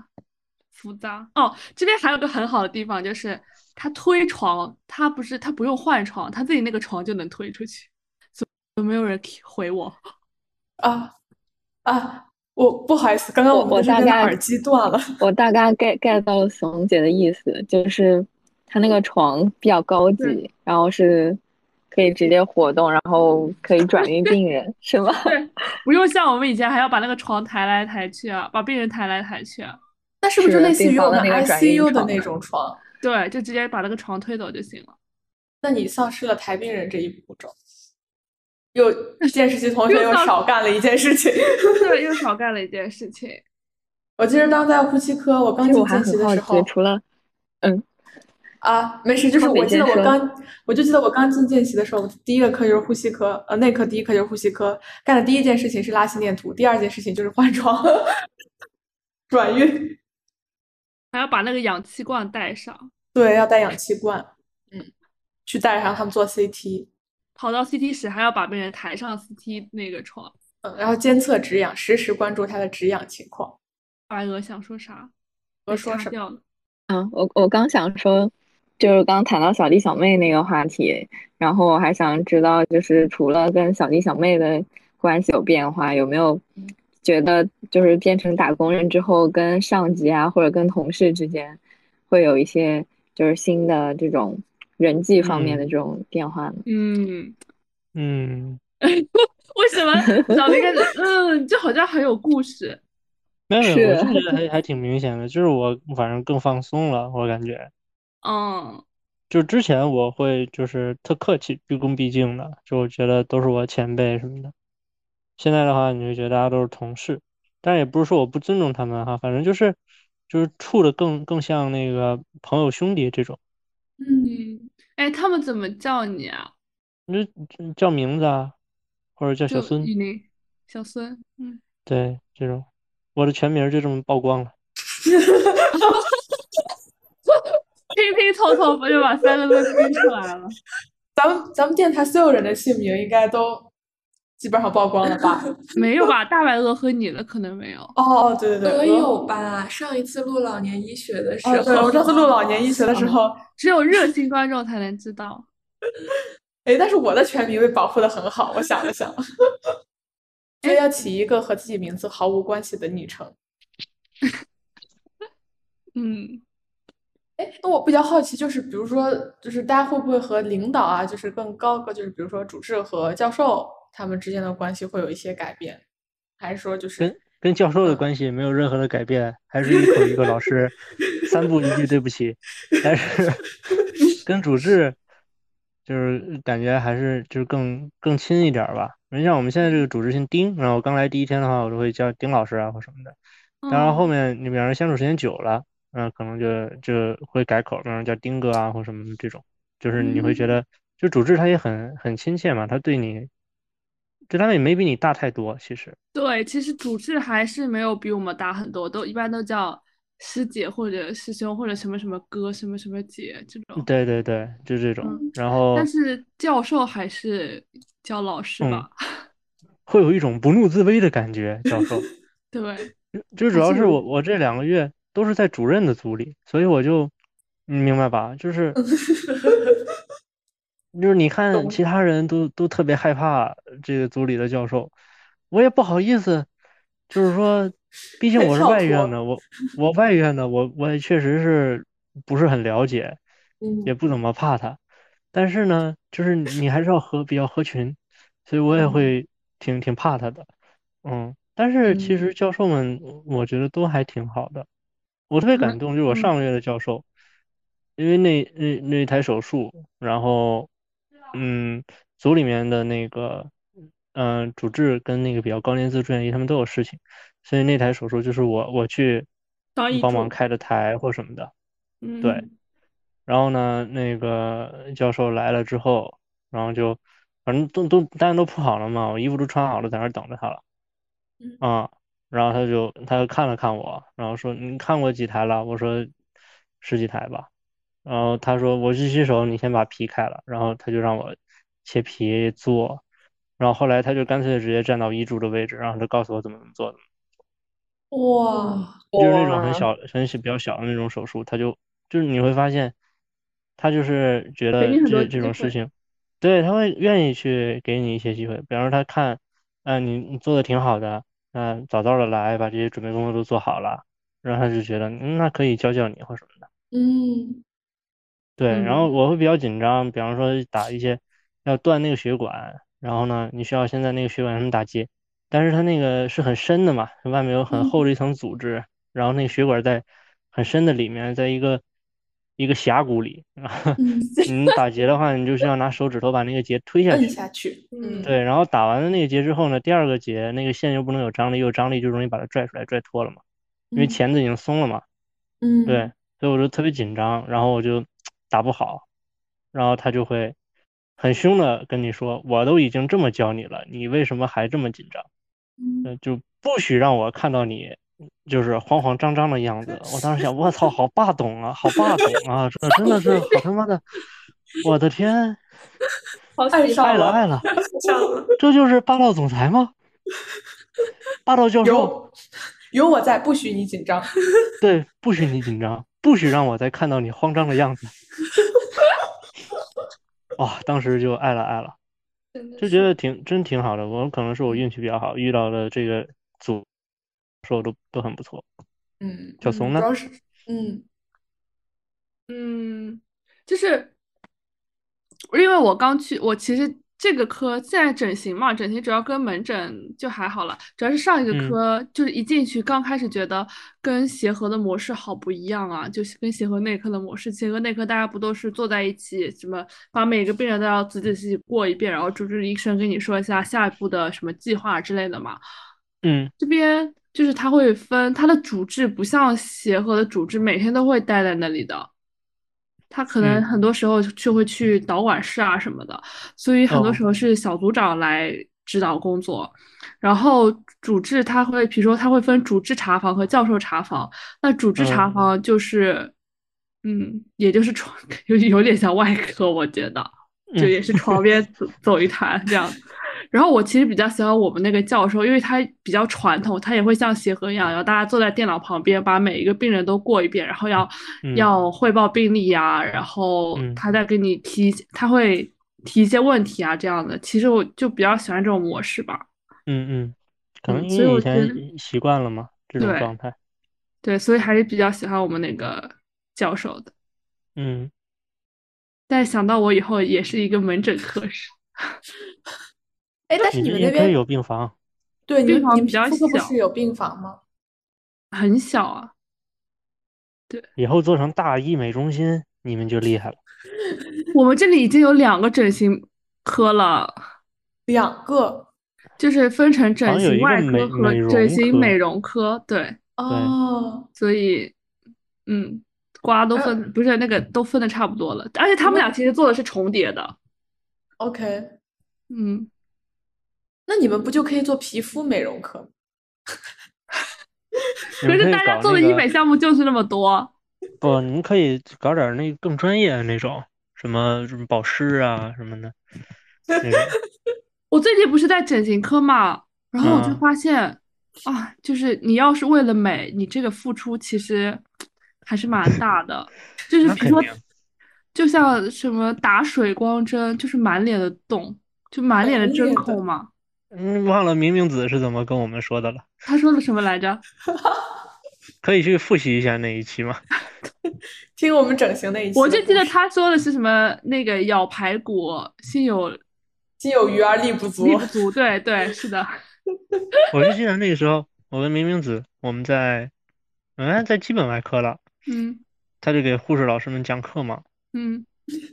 Speaker 3: 复杂。哦，这边还有个很好的地方，就是他推床，他不是他不用换床，他自己那个床就能推出去，所以没有人回我。
Speaker 6: 啊啊！我不好意思，刚刚
Speaker 4: 我
Speaker 6: 们的
Speaker 4: 我
Speaker 6: 这
Speaker 4: 大
Speaker 6: 边的
Speaker 4: 概
Speaker 6: 耳机断了。
Speaker 4: 我大概 get get 到了怂姐的意思，就是她那个床比较高
Speaker 6: 嗯
Speaker 4: 级，然后是可以直接活动，然后可以转运病人，是 吗？
Speaker 3: 对， 不用像我们以前还要把那个床抬来抬去啊，把病人抬来抬去啊。
Speaker 6: 那是不
Speaker 4: 是
Speaker 6: 是类似
Speaker 4: 病
Speaker 6: 于
Speaker 4: 房
Speaker 6: 我
Speaker 4: 的
Speaker 6: 们
Speaker 4: 那个转运
Speaker 6: ICU 的
Speaker 4: 床
Speaker 1: 啊
Speaker 6: 那种床？
Speaker 3: 对，就直接把那个床推走就行了。
Speaker 6: 那你丧失了抬病人这一步骤，又见实习同学
Speaker 3: 又
Speaker 6: 又
Speaker 3: 丧
Speaker 6: 少干了一件事情。
Speaker 3: 对，又少干了一件事情。
Speaker 6: 我记得当在呼吸科，我刚
Speaker 4: 其实
Speaker 6: 进
Speaker 4: 我还
Speaker 6: 见习
Speaker 4: 很
Speaker 6: 的
Speaker 4: 好
Speaker 6: 时
Speaker 4: 奇，
Speaker 6: 候
Speaker 4: 除了
Speaker 6: 啊，没事，就是
Speaker 4: 哦
Speaker 6: 我
Speaker 4: 你
Speaker 6: 记得
Speaker 4: 先
Speaker 6: 我
Speaker 4: 说
Speaker 6: 刚，我就记得我刚进见习的时候，第一个课就是呼吸科，呃，内科第一课就是呼吸科，干的第一件事情是拉心电图，第二件事情就是换床、 转运，
Speaker 3: 还要把那个氧气罐带上，
Speaker 6: 对，要带氧气罐，嗯，去带上他们做 CT，
Speaker 3: 跑到 CT 室还要把病人抬上 CT 那个床。
Speaker 6: 嗯，然后监测止氧，实时关注他的止氧情况。
Speaker 3: 白鹅想说啥？
Speaker 6: 我
Speaker 3: 被
Speaker 6: 说
Speaker 3: 掐
Speaker 6: 什么？
Speaker 3: 掉了。
Speaker 4: 啊，我我刚想说，就是刚谈到小弟小妹那个话题，然后我还想知道，就是除了跟小弟小妹的关系有变化，有没有觉得就是变成打工人之后，跟上级啊或者跟同事之间，会有一些就是新的这种人际方面的这种变化呢？
Speaker 3: 嗯，
Speaker 2: 嗯。
Speaker 3: 为什么小林感觉嗯，就好像很有故事？
Speaker 2: 没有，没有，我
Speaker 4: 是
Speaker 2: 是觉得还还挺明显的，就是我反正更放松了，我感觉，
Speaker 3: 嗯，
Speaker 2: 就之前我会就是特客气，毕恭毕敬的，就我觉得都是我前辈什么的。现在的话，你就觉得大家都是同事，但也不是说我不尊重他们哈，反正就是就是处的更更像那个朋友兄弟这种，
Speaker 3: 嗯，哎，他们怎么叫你啊？
Speaker 2: 你就就叫名字啊，或者叫小
Speaker 3: 就
Speaker 2: 孙，
Speaker 3: 雨宁，小孙，嗯，
Speaker 2: 对，这种，我的全名就这么曝光了。
Speaker 3: 拼拼凑凑不就把三个字拼出来 了？
Speaker 6: 咱们咱们电台所有人的姓名应该都基本上曝光 了吧？
Speaker 3: 没有吧？大白鹅和你的可能没有。
Speaker 6: 哦，对对对，
Speaker 5: 鹅
Speaker 6: 我
Speaker 5: 有吧？上一次录老年医学的时
Speaker 6: 啊，对，
Speaker 5: 候，
Speaker 6: 我上次录老年医学的时候，
Speaker 3: 只有热心观众才能知道。
Speaker 6: 哎，但是我的全名被保护的很好，我想了想， 所以要起一个和自己名字毫无关系的昵称。
Speaker 3: 嗯，
Speaker 6: 哎，那我比较好奇，就是比如说，就是大家会不会和领导啊，就是更高个，就是比如说主治和教授他们之间的关系会有一些改变，还是说就是
Speaker 2: 跟跟教授的
Speaker 6: 嗯
Speaker 2: 关系没有任何的改变，还是一口一个老师，三步一句对不起。但是跟主治就是感觉还是就是更更亲一点儿吧。你像我们现在这个主治姓丁，然后我刚来第一天的话，我就会叫丁老师啊或什么的。当然后
Speaker 3: 嗯
Speaker 2: 面你比方说相处时间久了，嗯、可能就就会改口，比方说叫丁哥啊或什么这种，就是你会觉得就主治他也很很亲切嘛，他对你，对他们也没比你大太多，其实。
Speaker 3: 对，其实主治还是没有比我们大很多，都一般都叫师姐或者师兄或者什么什么哥、什么什么姐这种。
Speaker 2: 对对对，就这种。
Speaker 3: 嗯
Speaker 2: 然后
Speaker 3: 但是教授还是叫老师
Speaker 2: 嗯
Speaker 3: 吧？
Speaker 2: 会有一种不怒自威的感觉，教授。
Speaker 3: 对，
Speaker 2: 就主
Speaker 6: 还
Speaker 2: 要
Speaker 6: 是
Speaker 2: 是
Speaker 6: 有
Speaker 2: 我我这两个月都是在主任的组里，所以我就，你明白吧？就是就是你看其他人都都特别害怕这个组里的教授，我也不好意思，就是说，毕竟
Speaker 6: 太
Speaker 2: 我是
Speaker 6: 跳
Speaker 2: 外院
Speaker 6: 脱
Speaker 2: 的，我我外院的，我我也确实是不是很了解，
Speaker 3: 嗯
Speaker 2: 也不怎么怕他，但是呢，就是你还是要合比较合群，所以我
Speaker 3: 嗯
Speaker 2: 也会挺挺怕他的，嗯，但是其实教授们我我觉得都还挺好的，我特别感动，就是我
Speaker 3: 嗯
Speaker 2: 上个月的教授，因为那那那台手术，然后嗯，组里面的那个嗯、呃主治跟那个比较高年级的住院医他们都有事情，所以那台手术就是我我去
Speaker 3: 当医
Speaker 2: 帮忙
Speaker 3: 助
Speaker 2: 开的台或什么的。
Speaker 3: 嗯，
Speaker 2: 对然后呢，那个教授来了之后，然后就反正都都大家都铺好了嘛，我衣服都穿好了，在那儿等着他了。啊，然后他就他就看了看我，然后说你看过几台了？我说十几台吧。然后他说我去洗手，你先把皮开了。然后他就让我切皮做，然后后来他就干脆直接站到医助的位置，然后他告诉我怎么怎么做的。
Speaker 6: 哇，
Speaker 2: 就是那种很
Speaker 4: 哇
Speaker 2: 小、很小比较小的那种手术，他就就是你会发现，他就是觉得
Speaker 3: 你很多
Speaker 2: 这这种
Speaker 3: 机
Speaker 2: 事
Speaker 3: 会
Speaker 2: 情，对，他会愿意去给你一些机会。比方说他看，啊、你你做的挺好的，嗯、早早的来把这些准备工作都做好了，然后他就觉得，嗯，那可以教教你或什么的。
Speaker 6: 嗯
Speaker 2: 对，然后
Speaker 4: 嗯
Speaker 2: 我会比较紧张，比方说打一些要断那个血管，然后呢，你需要先在那个血管上面打结，但是它那个是很深的嘛，外面有很厚
Speaker 6: 嗯
Speaker 2: 的一层组织，然后那个血管在很深的里面，在一个一个峡谷里，然后
Speaker 6: 嗯，
Speaker 2: 你打结的话，你就需要拿手指头把那个结推下
Speaker 6: 摁
Speaker 2: 去，
Speaker 6: 下去，嗯，
Speaker 2: 对，然后打完了那个结之后呢，第二个结那个线又不能有张力，有张力就容易把它拽出来，拽脱了嘛，因为
Speaker 6: 嗯
Speaker 2: 钳子已经松了嘛。
Speaker 6: 嗯，
Speaker 2: 对，所以我就特别紧张，然后我就打不好，然后他就会很凶的跟你说，我都已经这么教你了，你为什么还这么紧张？
Speaker 6: 嗯，
Speaker 2: 呃，就不许让我看到你就是慌慌张张的样子。我当时想，我操，好霸总啊，好霸总啊，这真的是好他妈的，我的天，
Speaker 3: 好
Speaker 6: 爱
Speaker 3: 喜
Speaker 6: 上
Speaker 2: 爱
Speaker 3: 欢
Speaker 2: 了
Speaker 6: 了
Speaker 2: 爱了，
Speaker 6: 这样子
Speaker 2: 这就是霸道总裁吗？霸道教授。
Speaker 6: 有 有我在，不许你紧张。
Speaker 2: 对，不许你紧张，不许让我再看到你慌张的样子。哇、当时就爱了爱了，
Speaker 3: 真的
Speaker 2: 就是觉得挺真挺好的。我可能是我运气比较好，遇到了这个组，说都都很不错。
Speaker 6: 嗯，
Speaker 2: 小
Speaker 3: 嗯
Speaker 2: 怂
Speaker 6: 主
Speaker 2: 呢？
Speaker 6: 要是嗯
Speaker 3: 嗯，就是因为我刚去，我其实这个科现在整形嘛，整形主要跟门诊就还好了，主要是上一个
Speaker 2: 嗯
Speaker 3: 科就是一进去刚开始觉得跟协和的模式好不一样啊，就是跟协和内科的模式，协和内科大家不都是坐在一起，什么把每个病人都要仔仔细细过一遍，然后主治医生跟你说一下下一步的什么计划之类的嘛。
Speaker 2: 嗯
Speaker 3: 这边就是他会分他的主治，不像协和的主治每天都会待在那里的，他可能
Speaker 2: 嗯
Speaker 3: 很多时候就会去导管室啊什么的，所以很多
Speaker 2: 哦
Speaker 3: 时候是小组长来指导工作。然后主治他会，比如说他会分主治查房和教授查房，那主治查
Speaker 2: 嗯
Speaker 3: 房就是，嗯，也就是床 有有点像外科，我 觉得。就
Speaker 2: 嗯
Speaker 3: 也是床边走走一摊这样。 然后我其实比较喜欢我们那个教授，因为他比较传统，他也会像协和一样，然后大家坐在电脑旁边，把每一个病人都过一遍，然后要、
Speaker 2: 嗯
Speaker 3: 要汇报病历啊，然后
Speaker 2: 嗯
Speaker 3: 他再给你提一些，他会提一些问题啊这样的。其实我就比较喜欢这种模式吧。
Speaker 2: 嗯嗯，可能
Speaker 3: 嗯
Speaker 2: 因
Speaker 3: 所以
Speaker 2: 为
Speaker 3: 我
Speaker 2: 以
Speaker 3: 觉
Speaker 2: 前
Speaker 3: 得
Speaker 2: 习惯了嘛，这种
Speaker 3: 对
Speaker 2: 状态。
Speaker 3: 对，所以还是比较喜欢我们那个教授的。
Speaker 2: 嗯，
Speaker 3: 但想到我以后也是一个门诊科室，
Speaker 6: 哎，但是
Speaker 2: 你
Speaker 6: 你
Speaker 2: 这
Speaker 6: 们那
Speaker 2: 也可以
Speaker 6: 边
Speaker 2: 有病房。
Speaker 6: 对你
Speaker 3: 病
Speaker 6: 们
Speaker 3: 房
Speaker 6: 你们
Speaker 3: 比较
Speaker 6: 妇科不
Speaker 3: 小
Speaker 6: 是有病房吗？
Speaker 3: 很小啊。
Speaker 2: 以后做成大医美中心，你们就厉害了。
Speaker 3: 我们这里已经有两个整形科了。
Speaker 6: 两个
Speaker 3: 就是分成
Speaker 2: 好
Speaker 3: 整
Speaker 2: 像有
Speaker 3: 形
Speaker 2: 一个
Speaker 3: 外
Speaker 2: 美
Speaker 3: 科和
Speaker 2: 美容
Speaker 3: 整形
Speaker 2: 科
Speaker 3: 美容科，对，
Speaker 6: 哦，
Speaker 3: 所以，嗯，瓜都分，不是那个都分的差不多了，而且他们俩其实做的是重叠的，
Speaker 6: OK，
Speaker 3: 嗯，
Speaker 6: 那你们不就可以做皮肤美容科吗？
Speaker 2: 你
Speaker 3: 可
Speaker 2: 们
Speaker 3: 是
Speaker 2: 以
Speaker 3: 大家
Speaker 2: 搞
Speaker 3: 做
Speaker 2: 那
Speaker 3: 的医
Speaker 2: 个
Speaker 3: 美项目就是那么多，
Speaker 2: 不，你们哦可以搞点儿那更专业的那种，什么什么保湿啊什么的，那种
Speaker 3: 我最近不是在整形科嘛，然后我就
Speaker 2: 嗯
Speaker 3: 发现啊，就是你要是为了美，你这个付出其实还是蛮大的。就是
Speaker 2: 那
Speaker 3: 比如说
Speaker 2: 肯定，
Speaker 3: 就像什么打水光针，就是满脸的洞，就满脸的
Speaker 6: 满
Speaker 3: 针
Speaker 6: 脸的
Speaker 3: 孔嘛。
Speaker 2: 嗯，忘了明明子是怎么跟我们说的了，
Speaker 3: 他说了什么来着？
Speaker 2: 可以去复习一下那一期吗？
Speaker 6: 听我们整形那一期的
Speaker 3: 我
Speaker 6: 故事，
Speaker 3: 就记得他说的是什么那个咬排骨，心有
Speaker 6: 心有余而力不足
Speaker 3: 力。不足。对对，是的，
Speaker 2: 我就记得那个时候，我跟明明子我们在，嗯，在基本外科了，
Speaker 3: 嗯
Speaker 2: 他就给护士老师们讲课嘛，
Speaker 3: 嗯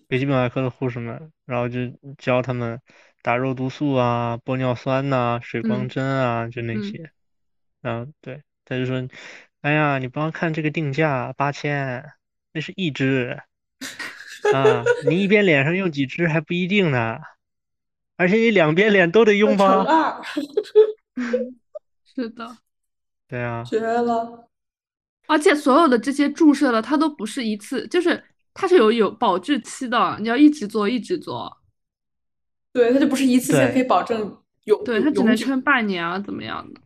Speaker 2: 给基本外科的护士们，然后就教他们打肉毒素啊、玻尿酸呐、水光
Speaker 3: 嗯
Speaker 2: 针啊，就那
Speaker 3: 嗯
Speaker 2: 些。然后对，他就说：“哎呀，你不要看这个定价八千，那是一支啊，你一边脸上用几支还不一定呢，而且你两边脸都得用
Speaker 6: 乘
Speaker 2: 吧？
Speaker 6: 二，
Speaker 3: 嗯，是的。
Speaker 2: 对啊，
Speaker 6: 绝了！
Speaker 3: 而且所有的这些注射的，它都不是一次，就是它是有有保质期的，你要一直做，一直做。
Speaker 6: 对，它就不是一次性
Speaker 2: 对
Speaker 6: 可以保证永
Speaker 3: 对，它只
Speaker 6: 永
Speaker 3: 能
Speaker 6: 久
Speaker 3: 撑半年啊，怎么样的？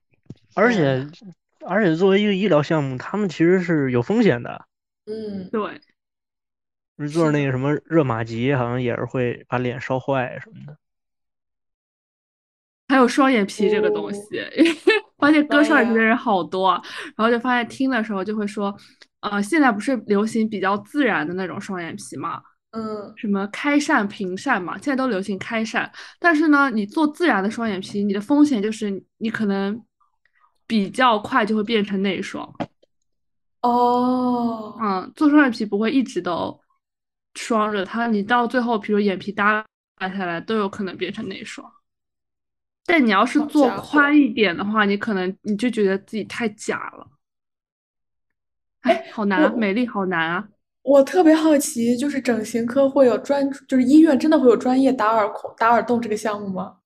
Speaker 2: 而
Speaker 6: 对
Speaker 2: 且而且作为一个医疗项目，他们其实是有风险的。
Speaker 6: 嗯，
Speaker 3: 对，
Speaker 2: 不是做
Speaker 6: 是
Speaker 2: 那
Speaker 6: 的
Speaker 2: 个什么热玛吉，好像也是会把脸烧坏什么的。
Speaker 3: 还有双眼皮这个东西， 发现割
Speaker 6: 妈
Speaker 3: 双眼皮的
Speaker 6: 哦呀
Speaker 3: 人好多啊，然后就发现听的时候就会说，呃，现在不是流行比较自然的那种双眼皮嘛，
Speaker 6: 嗯，
Speaker 3: 什么开扇、平扇嘛，现在都流行开扇。但是呢，你做自然的双眼皮，你的风险就是你可能比较快就会变成内双。
Speaker 6: 哦，
Speaker 3: 嗯，做双眼皮不会一直都双着它，你到最后，比如眼皮耷拉下来，都有可能变成内双。但你要是
Speaker 6: 好
Speaker 3: 做
Speaker 6: 家伙
Speaker 3: 宽一点的话，你可能你就觉得自己太假了。哎，好难啊，
Speaker 6: 我
Speaker 3: 美丽好难啊！
Speaker 6: 我特别好奇，就是整形科会有专，就是医院真的会有专业打耳孔、打耳洞这个项目吗？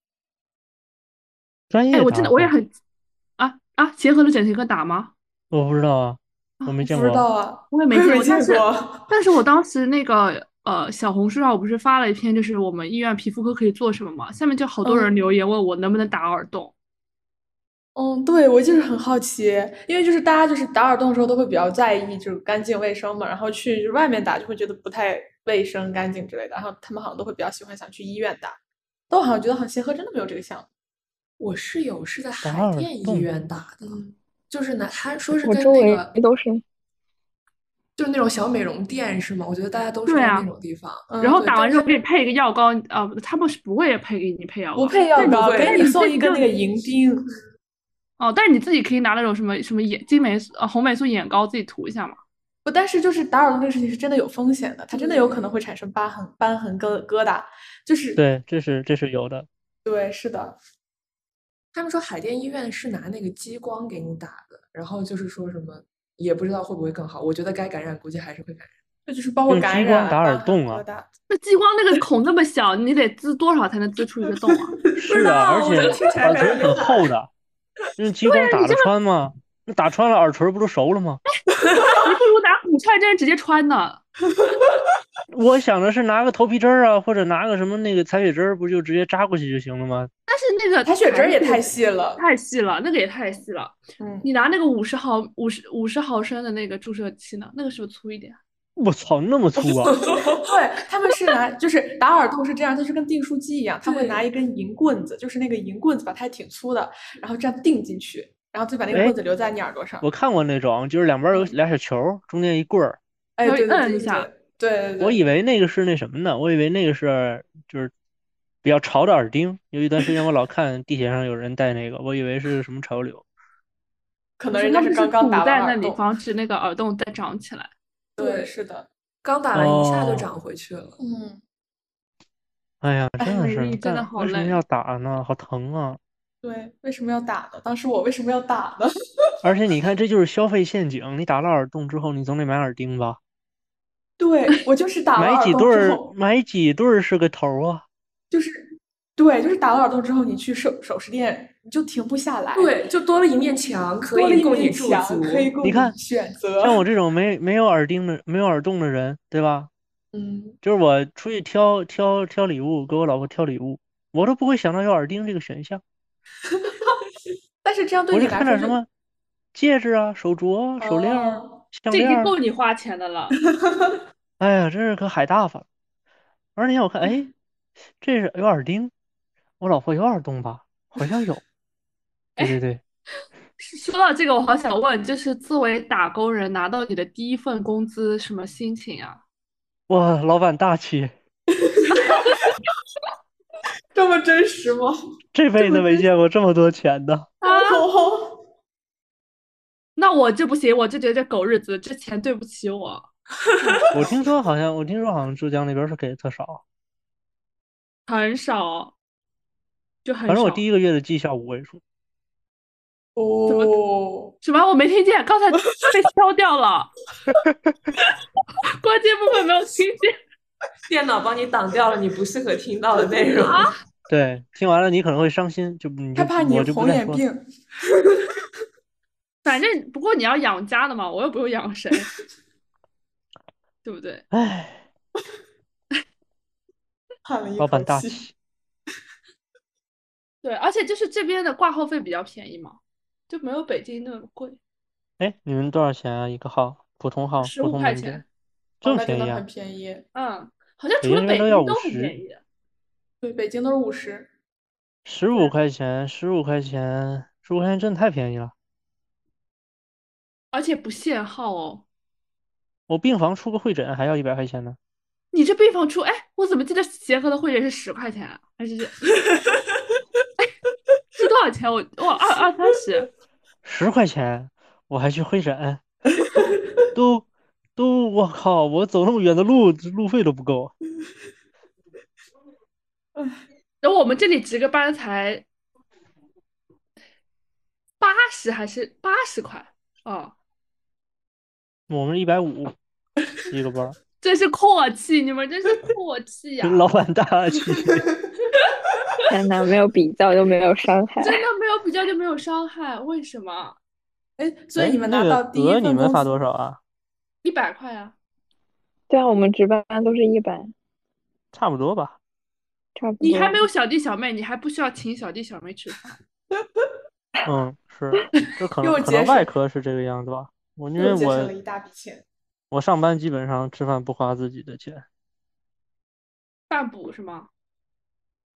Speaker 2: 专业
Speaker 3: 哎，我
Speaker 2: 打
Speaker 3: 真的我也
Speaker 2: 工
Speaker 3: 很啊啊，协和的整形科打吗？
Speaker 2: 我不知道啊，
Speaker 3: 啊
Speaker 2: 我没
Speaker 3: 我
Speaker 2: 见
Speaker 6: 不知
Speaker 2: 过啊。
Speaker 6: 道啊，
Speaker 3: 我也没
Speaker 6: 我也
Speaker 3: 见过，但
Speaker 6: 没见
Speaker 3: 是
Speaker 6: 过。
Speaker 3: 但是我当时那个呃小红书上我不是发了一篇，就是我们医院皮肤科可以做什么嘛？下面就好多人
Speaker 6: 嗯
Speaker 3: 留言问我能不能打耳洞。
Speaker 6: 嗯，对，我就是很好奇，因为就是大家就是打耳洞的时候都会比较在意就是干净卫生嘛，然后去就是外面打就会觉得不太卫生、干净之类的，然后他们好像都会比较喜欢想去医院打，但我好像觉得好像协和真的没有这个项目。
Speaker 7: 我室友是在
Speaker 2: 打
Speaker 7: 海
Speaker 2: 耳
Speaker 7: 淀医
Speaker 2: 洞
Speaker 7: 院打的，就是呢，他说是
Speaker 4: 我
Speaker 7: 跟
Speaker 4: 周
Speaker 7: 那
Speaker 4: 围
Speaker 7: 个
Speaker 4: 都是。
Speaker 7: 就是那种小美容店是吗？我觉得大家都是
Speaker 3: 对
Speaker 7: 在
Speaker 3: 啊
Speaker 7: 那种地方。
Speaker 6: 嗯，
Speaker 3: 然后
Speaker 7: 对
Speaker 3: 打
Speaker 7: 但
Speaker 3: 完之后
Speaker 7: 是
Speaker 3: 给你配一个药膏，啊，他们是不会配给你配药
Speaker 6: 不
Speaker 3: 膏，
Speaker 6: 配药
Speaker 7: 那你
Speaker 6: 膏，
Speaker 7: 会
Speaker 6: 给你送一根那个银钉。
Speaker 3: 哦，但是你自己可以拿那种什么什么眼金霉素、呃红霉素眼膏自己涂一下嘛。
Speaker 6: 不，但是就是打耳洞这个事情是真的有风险的，它真的有可能会产生疤痕、斑痕跟疙瘩，就是
Speaker 2: 对，这是这是有的。
Speaker 6: 对，是的，
Speaker 7: 他们说海淀医院是拿那个激光给你打的，然后就是说什么也不知道会不会更好。我觉得该感染估计还是会感染。
Speaker 6: 这就是包括
Speaker 2: 用
Speaker 6: 感
Speaker 2: 激光
Speaker 6: 染、
Speaker 2: 打
Speaker 6: 疤
Speaker 2: 耳
Speaker 6: 痕
Speaker 2: 洞
Speaker 6: 疙
Speaker 2: 啊
Speaker 6: 瘩。
Speaker 3: 那激光那个孔那么小，你得滋多少才能滋出一个洞啊？
Speaker 2: 是啊，而
Speaker 7: 道我
Speaker 2: 且
Speaker 7: 就听起来
Speaker 2: 耳
Speaker 7: 感觉
Speaker 2: 垂很厚的，用激光打得穿吗？那打穿了耳垂不都熟了吗？
Speaker 3: 你 不如拿骨串针直接穿呢。
Speaker 2: 我想的是拿个头皮针儿啊，或者拿个什么那个采血针儿，不就直接扎过去就行了吗？
Speaker 3: 但是那个
Speaker 6: 它血针儿也
Speaker 3: 弹
Speaker 6: 太
Speaker 3: 力
Speaker 6: 细了，
Speaker 3: 太细了，那个也太细了。
Speaker 6: 嗯，
Speaker 3: 你拿那个五十毫五十五十毫升的那个注射器呢？那个是不是粗一点？
Speaker 2: 我操，那么粗啊！
Speaker 6: 对，他们是拿就是打耳洞是这样，它是跟订书机一样，他会拿
Speaker 7: 对
Speaker 6: 一根银棍子，就是那个银棍子吧，它还挺粗的，然后这样钉进去，然后再把那个
Speaker 2: 哎
Speaker 6: 棍子留在你耳朵上。
Speaker 2: 我看过那种，就是两边有俩小球儿，中间一棍儿。
Speaker 6: 哎，
Speaker 3: 稍微
Speaker 6: 对对
Speaker 3: 摁
Speaker 6: 对
Speaker 3: 一下
Speaker 6: 对对对对，
Speaker 2: 我以为那个是那什么呢？我以为那个是就是比较潮的耳钉。有一段时间我老看地铁上有人戴那个，我以为是什么潮流。
Speaker 6: 可
Speaker 3: 不
Speaker 6: 能
Speaker 3: 是
Speaker 6: 人
Speaker 3: 他
Speaker 6: 家
Speaker 3: 们
Speaker 6: 刚刚
Speaker 3: 堵
Speaker 6: 打
Speaker 3: 在
Speaker 6: 完
Speaker 3: 那
Speaker 6: 耳
Speaker 3: 里，
Speaker 6: 洞，
Speaker 3: 防止那个耳洞再长起来。
Speaker 6: 对，是的，
Speaker 7: 刚打完一下就
Speaker 2: 哦
Speaker 7: 长回去了。
Speaker 6: 嗯，
Speaker 2: 哎呀，
Speaker 6: 哎
Speaker 2: 真的
Speaker 3: 美
Speaker 2: 是
Speaker 3: 丽真的
Speaker 2: 干
Speaker 3: 好
Speaker 2: 为什么
Speaker 3: 累
Speaker 2: 要打呢？好疼啊！
Speaker 6: 对，为什么要打呢？当时我为什么要打呢？
Speaker 2: 而且你看，这就是消费陷阱。你打了耳洞之后，你总得买耳钉吧？
Speaker 6: 对，我就是打了
Speaker 2: 买
Speaker 6: 耳
Speaker 2: 几
Speaker 6: 洞
Speaker 2: 对
Speaker 6: 之
Speaker 2: 儿，
Speaker 6: 后，
Speaker 2: 买几对儿是个头啊！
Speaker 6: 就是对，就是打了耳洞之后，你去首首饰店，你就停不下来，，
Speaker 7: 对，就多了一面墙，可
Speaker 6: 多了
Speaker 7: 以
Speaker 6: 一
Speaker 7: 供你
Speaker 6: 面
Speaker 7: 驻
Speaker 6: 墙，
Speaker 7: 足。
Speaker 6: 可以供
Speaker 2: 你看
Speaker 6: 选择。
Speaker 2: 像我这种没没有耳钉的、没有耳洞的人，对吧？
Speaker 6: 嗯，
Speaker 2: 就是我出去挑挑挑礼物，给我老婆挑礼物，我都不会想到有耳钉这个选项。
Speaker 6: 但是这样对
Speaker 2: 我
Speaker 6: 你
Speaker 2: 就
Speaker 6: 来
Speaker 2: 看
Speaker 6: 说
Speaker 2: 点
Speaker 6: 就
Speaker 2: 什么戒指啊、手镯啊、手链啊、
Speaker 6: 哦
Speaker 2: 项
Speaker 3: 这已
Speaker 2: 链
Speaker 3: 经
Speaker 2: 儿。
Speaker 3: 够你花钱的了。
Speaker 2: 哎呀，真是可海大发了！而且我看，哎，这是有耳钉，我老婆有耳洞吧？好像有。对对对，
Speaker 3: 说到这个，我好想问，就是作为打工人拿到你的第一份工资，什么心情啊？
Speaker 2: 哇，老板大气，
Speaker 6: 这么真实吗？
Speaker 2: 这辈子没见过这么多钱的。
Speaker 7: 啊
Speaker 6: 哦，
Speaker 3: 那我这不行，我就觉得这狗日子，这钱对不起我。
Speaker 2: 我听说好像，我听说好像浙江那边是给的特少，
Speaker 3: 很少，就很
Speaker 2: 反正我
Speaker 3: 少。
Speaker 2: 第一个月的绩效五位数。
Speaker 6: 哦，
Speaker 3: 什么？我没听见，刚才被敲掉了，关键部分没有听见。
Speaker 7: 电脑帮你挡掉了你不适合听到的 内容。
Speaker 2: 对，听完了你可能会伤心，就你就
Speaker 6: 害怕你
Speaker 2: 我就不
Speaker 6: 红
Speaker 2: 再
Speaker 6: 眼
Speaker 2: 说了。
Speaker 6: 病。
Speaker 3: 反正不过你要养家的嘛，我又不用养谁，对不对？
Speaker 2: 哎，
Speaker 6: 叹了一
Speaker 2: 老
Speaker 6: 口
Speaker 2: 板大
Speaker 6: 气。
Speaker 2: 气，
Speaker 3: 对，而且就是这边的挂号费比较便宜嘛，就没有北京那么贵，
Speaker 2: 哎，你们多少钱啊？一个号，普通号，
Speaker 3: 十
Speaker 2: 普
Speaker 3: 五
Speaker 2: 通
Speaker 3: 块
Speaker 2: 门店
Speaker 3: 钱。，
Speaker 2: 这
Speaker 6: 哦，
Speaker 2: 么
Speaker 6: 那真
Speaker 2: 便
Speaker 6: 的
Speaker 2: 宜啊
Speaker 6: 很？便宜。
Speaker 3: 嗯，好像
Speaker 2: 北
Speaker 3: 除
Speaker 2: 京
Speaker 3: 了
Speaker 2: 这边
Speaker 3: 北
Speaker 2: 都要
Speaker 3: 京都很
Speaker 2: 50
Speaker 3: 便宜。
Speaker 6: 对，北京都是五十。
Speaker 2: 十五块钱，十五块钱，十五块钱真的太便宜了。
Speaker 3: 而且不限号哦。
Speaker 2: 我病房出个会诊还要一百块钱呢。
Speaker 3: 你这病房出，哎，我怎么记得协和的会员是十块钱啊？还是是哎是多少钱？我我二二三十，
Speaker 2: 十块钱，我还去会诊，都都，我靠，我走那么远的路，路费都不够。
Speaker 3: 然后我们这里值个班才八十还是八十块哦，
Speaker 2: 我们一百五一个班儿，
Speaker 3: 真是阔气，你们真是阔气呀、
Speaker 2: 老板大气。
Speaker 4: 天呐，没有比较就没有伤害。
Speaker 3: 真的没有比 较就没有伤害，为什么？
Speaker 6: 哎， 所以
Speaker 2: 哎
Speaker 6: 你们
Speaker 2: 那
Speaker 6: 拿
Speaker 2: 个
Speaker 6: 到第一
Speaker 2: 额
Speaker 6: 份
Speaker 2: 你们
Speaker 6: 工
Speaker 2: 发
Speaker 6: 资
Speaker 2: 多少啊？
Speaker 3: 一百块啊，
Speaker 4: 对啊，我们值班都是一百，
Speaker 2: 差不多 吧。
Speaker 4: 差不多。
Speaker 3: 你还没有小弟小妹，你还不需要请小弟小妹吃饭。
Speaker 2: 嗯， 是，这可
Speaker 6: 又
Speaker 2: 能可
Speaker 6: 节
Speaker 2: 能外
Speaker 6: 省
Speaker 2: 科是这个样子吧。 我因
Speaker 6: 又
Speaker 2: 为
Speaker 6: 节省
Speaker 2: 我
Speaker 6: 了一大笔钱。
Speaker 2: 我上班基本上吃饭不花自己的钱。
Speaker 3: 饭补是吗？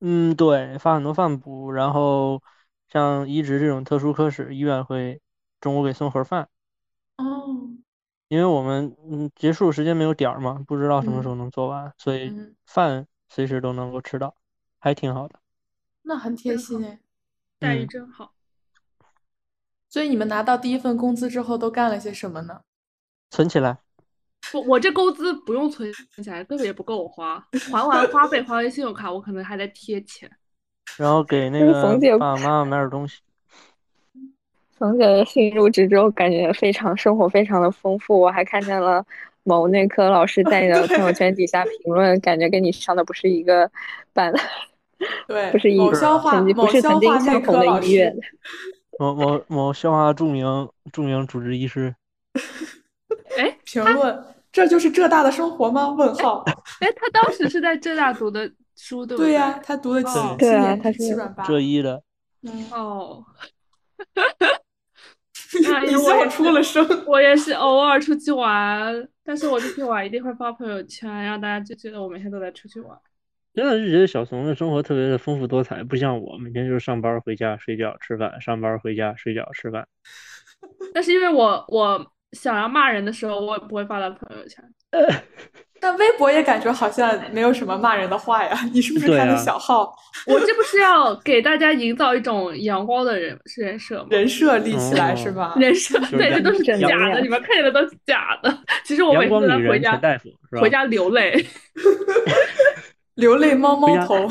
Speaker 2: 嗯，对，发很多饭补，然后像移植这种特殊科室，医院会中午给送盒饭，
Speaker 6: 哦，
Speaker 2: 因为我们嗯结束时间没有点儿嘛，不知道什
Speaker 3: 嗯
Speaker 2: 么时候能做完，所以
Speaker 6: 嗯，
Speaker 2: 饭随时都能够吃到，还挺好的。
Speaker 6: 那很贴
Speaker 3: 真
Speaker 6: 心
Speaker 3: 好
Speaker 6: 哎。
Speaker 3: 待遇
Speaker 2: 嗯
Speaker 3: 真好。
Speaker 6: 所以你们拿到第一份工资之后都干了些什么呢？
Speaker 2: 存起来，
Speaker 3: 我我这工资不用存起来，根本也不够我花。还完花呗，还完信用卡，我可能还在贴钱。
Speaker 2: 然后给那
Speaker 4: 就是
Speaker 2: 个
Speaker 4: 冯姐
Speaker 2: 爸爸妈妈买点儿东西。
Speaker 4: 冯姐的新入职之后，感觉非常生活非常的丰富。我还看见了某内科老师在你的
Speaker 6: 对
Speaker 4: 朋友圈底下评论，感觉跟你上的不是一个班，
Speaker 6: 对，
Speaker 4: 不是一
Speaker 6: 某
Speaker 4: 个
Speaker 6: 消化
Speaker 4: 成绩，不
Speaker 6: 某
Speaker 4: 是
Speaker 6: 消
Speaker 4: 曾经
Speaker 6: 化内
Speaker 4: 相同
Speaker 6: 科
Speaker 4: 的
Speaker 6: 老
Speaker 4: 医院
Speaker 6: 师。。
Speaker 2: 某某某消化著名著名主治医师，
Speaker 3: 哎
Speaker 6: 评论：这就是浙大的生活吗？问号。
Speaker 3: 哎，他当时是在浙大读的书，对不
Speaker 6: 对嗯
Speaker 3: 对？
Speaker 6: 呀、他读的七
Speaker 3: 哦
Speaker 6: 七
Speaker 4: 对啊
Speaker 6: 年
Speaker 4: 他
Speaker 6: 是七
Speaker 4: 是
Speaker 6: 软八。
Speaker 2: 浙医的，
Speaker 6: 嗯，
Speaker 3: 哦，哎
Speaker 6: 你
Speaker 3: 呀我
Speaker 6: 笑
Speaker 3: 也
Speaker 6: 出了声。
Speaker 3: 我也是偶尔出去玩，但是我出去玩一定会发朋友圈，让大家就觉得我每天都在出去玩。
Speaker 2: 真的是觉得小怂的生活特别的丰富多彩，不像我每天就是上班儿回家睡觉吃饭，上班儿回家睡觉 吃饭。
Speaker 3: 但是因为我我想要骂人的时候，我也不会发到朋友圈。
Speaker 6: 但微博也感觉好像没有什么骂人的话呀，你是不是
Speaker 2: 对
Speaker 6: 开的
Speaker 2: 啊
Speaker 6: 小号？
Speaker 3: 我这不是要给大家营造一种阳光的人人设吗？
Speaker 6: 人设立起来
Speaker 2: 哦
Speaker 6: 是吧？
Speaker 3: 人设，
Speaker 2: 就是
Speaker 3: 对，这
Speaker 2: 阳
Speaker 3: 都是
Speaker 4: 正能
Speaker 3: 假的，
Speaker 4: 量
Speaker 3: 你们看见的都是假的。其实我
Speaker 2: 阳
Speaker 3: 每次
Speaker 2: 光
Speaker 3: 都在
Speaker 2: 女
Speaker 3: 回
Speaker 2: 人
Speaker 3: 家
Speaker 2: 陈大夫是吧？
Speaker 3: 回家流泪，
Speaker 6: 流泪猫猫
Speaker 2: 回家
Speaker 6: 头，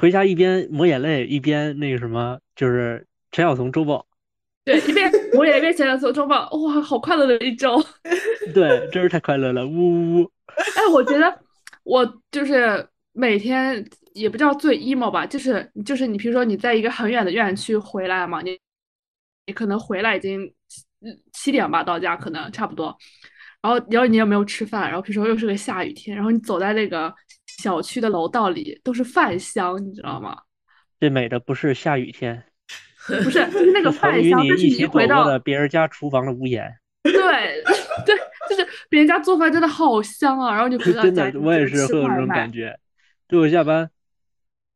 Speaker 2: 回家一边抹眼泪一边那个什么，就是陈晓彤周报。
Speaker 3: 对，一边我也一边想想说中报，哇，好快乐的一周。
Speaker 2: 对，真是太快乐了，呜呜呜！
Speaker 3: 哎，我觉得我就是每天也不叫最 emo 吧，就是就是你，比如说你在一个很远的院区回来嘛，你你可能回来已经嗯七点吧到家，可能差不多。然后然后你也没有吃饭，然后比如说又是个下雨天，然后你走在那个小区的楼道里，都是饭香，你知道吗？
Speaker 2: 最美的不是下雨天，
Speaker 3: 不是，就是 那个
Speaker 2: 曾
Speaker 3: 饭
Speaker 2: 与
Speaker 3: 香，
Speaker 2: 你
Speaker 3: 但是
Speaker 2: 一
Speaker 3: 你
Speaker 2: 起
Speaker 3: 一
Speaker 2: 走过
Speaker 3: 回到
Speaker 2: 的别人家厨房的屋檐，
Speaker 3: 对 对，就是别人家做饭真的好香啊，然后你回到
Speaker 2: 真
Speaker 3: 家
Speaker 2: 的
Speaker 3: 就
Speaker 2: 我
Speaker 3: 只
Speaker 2: 也
Speaker 3: 能
Speaker 2: 是
Speaker 3: 吃
Speaker 2: 会有
Speaker 3: 外
Speaker 2: 这种
Speaker 3: 卖
Speaker 2: 感觉。就我下班，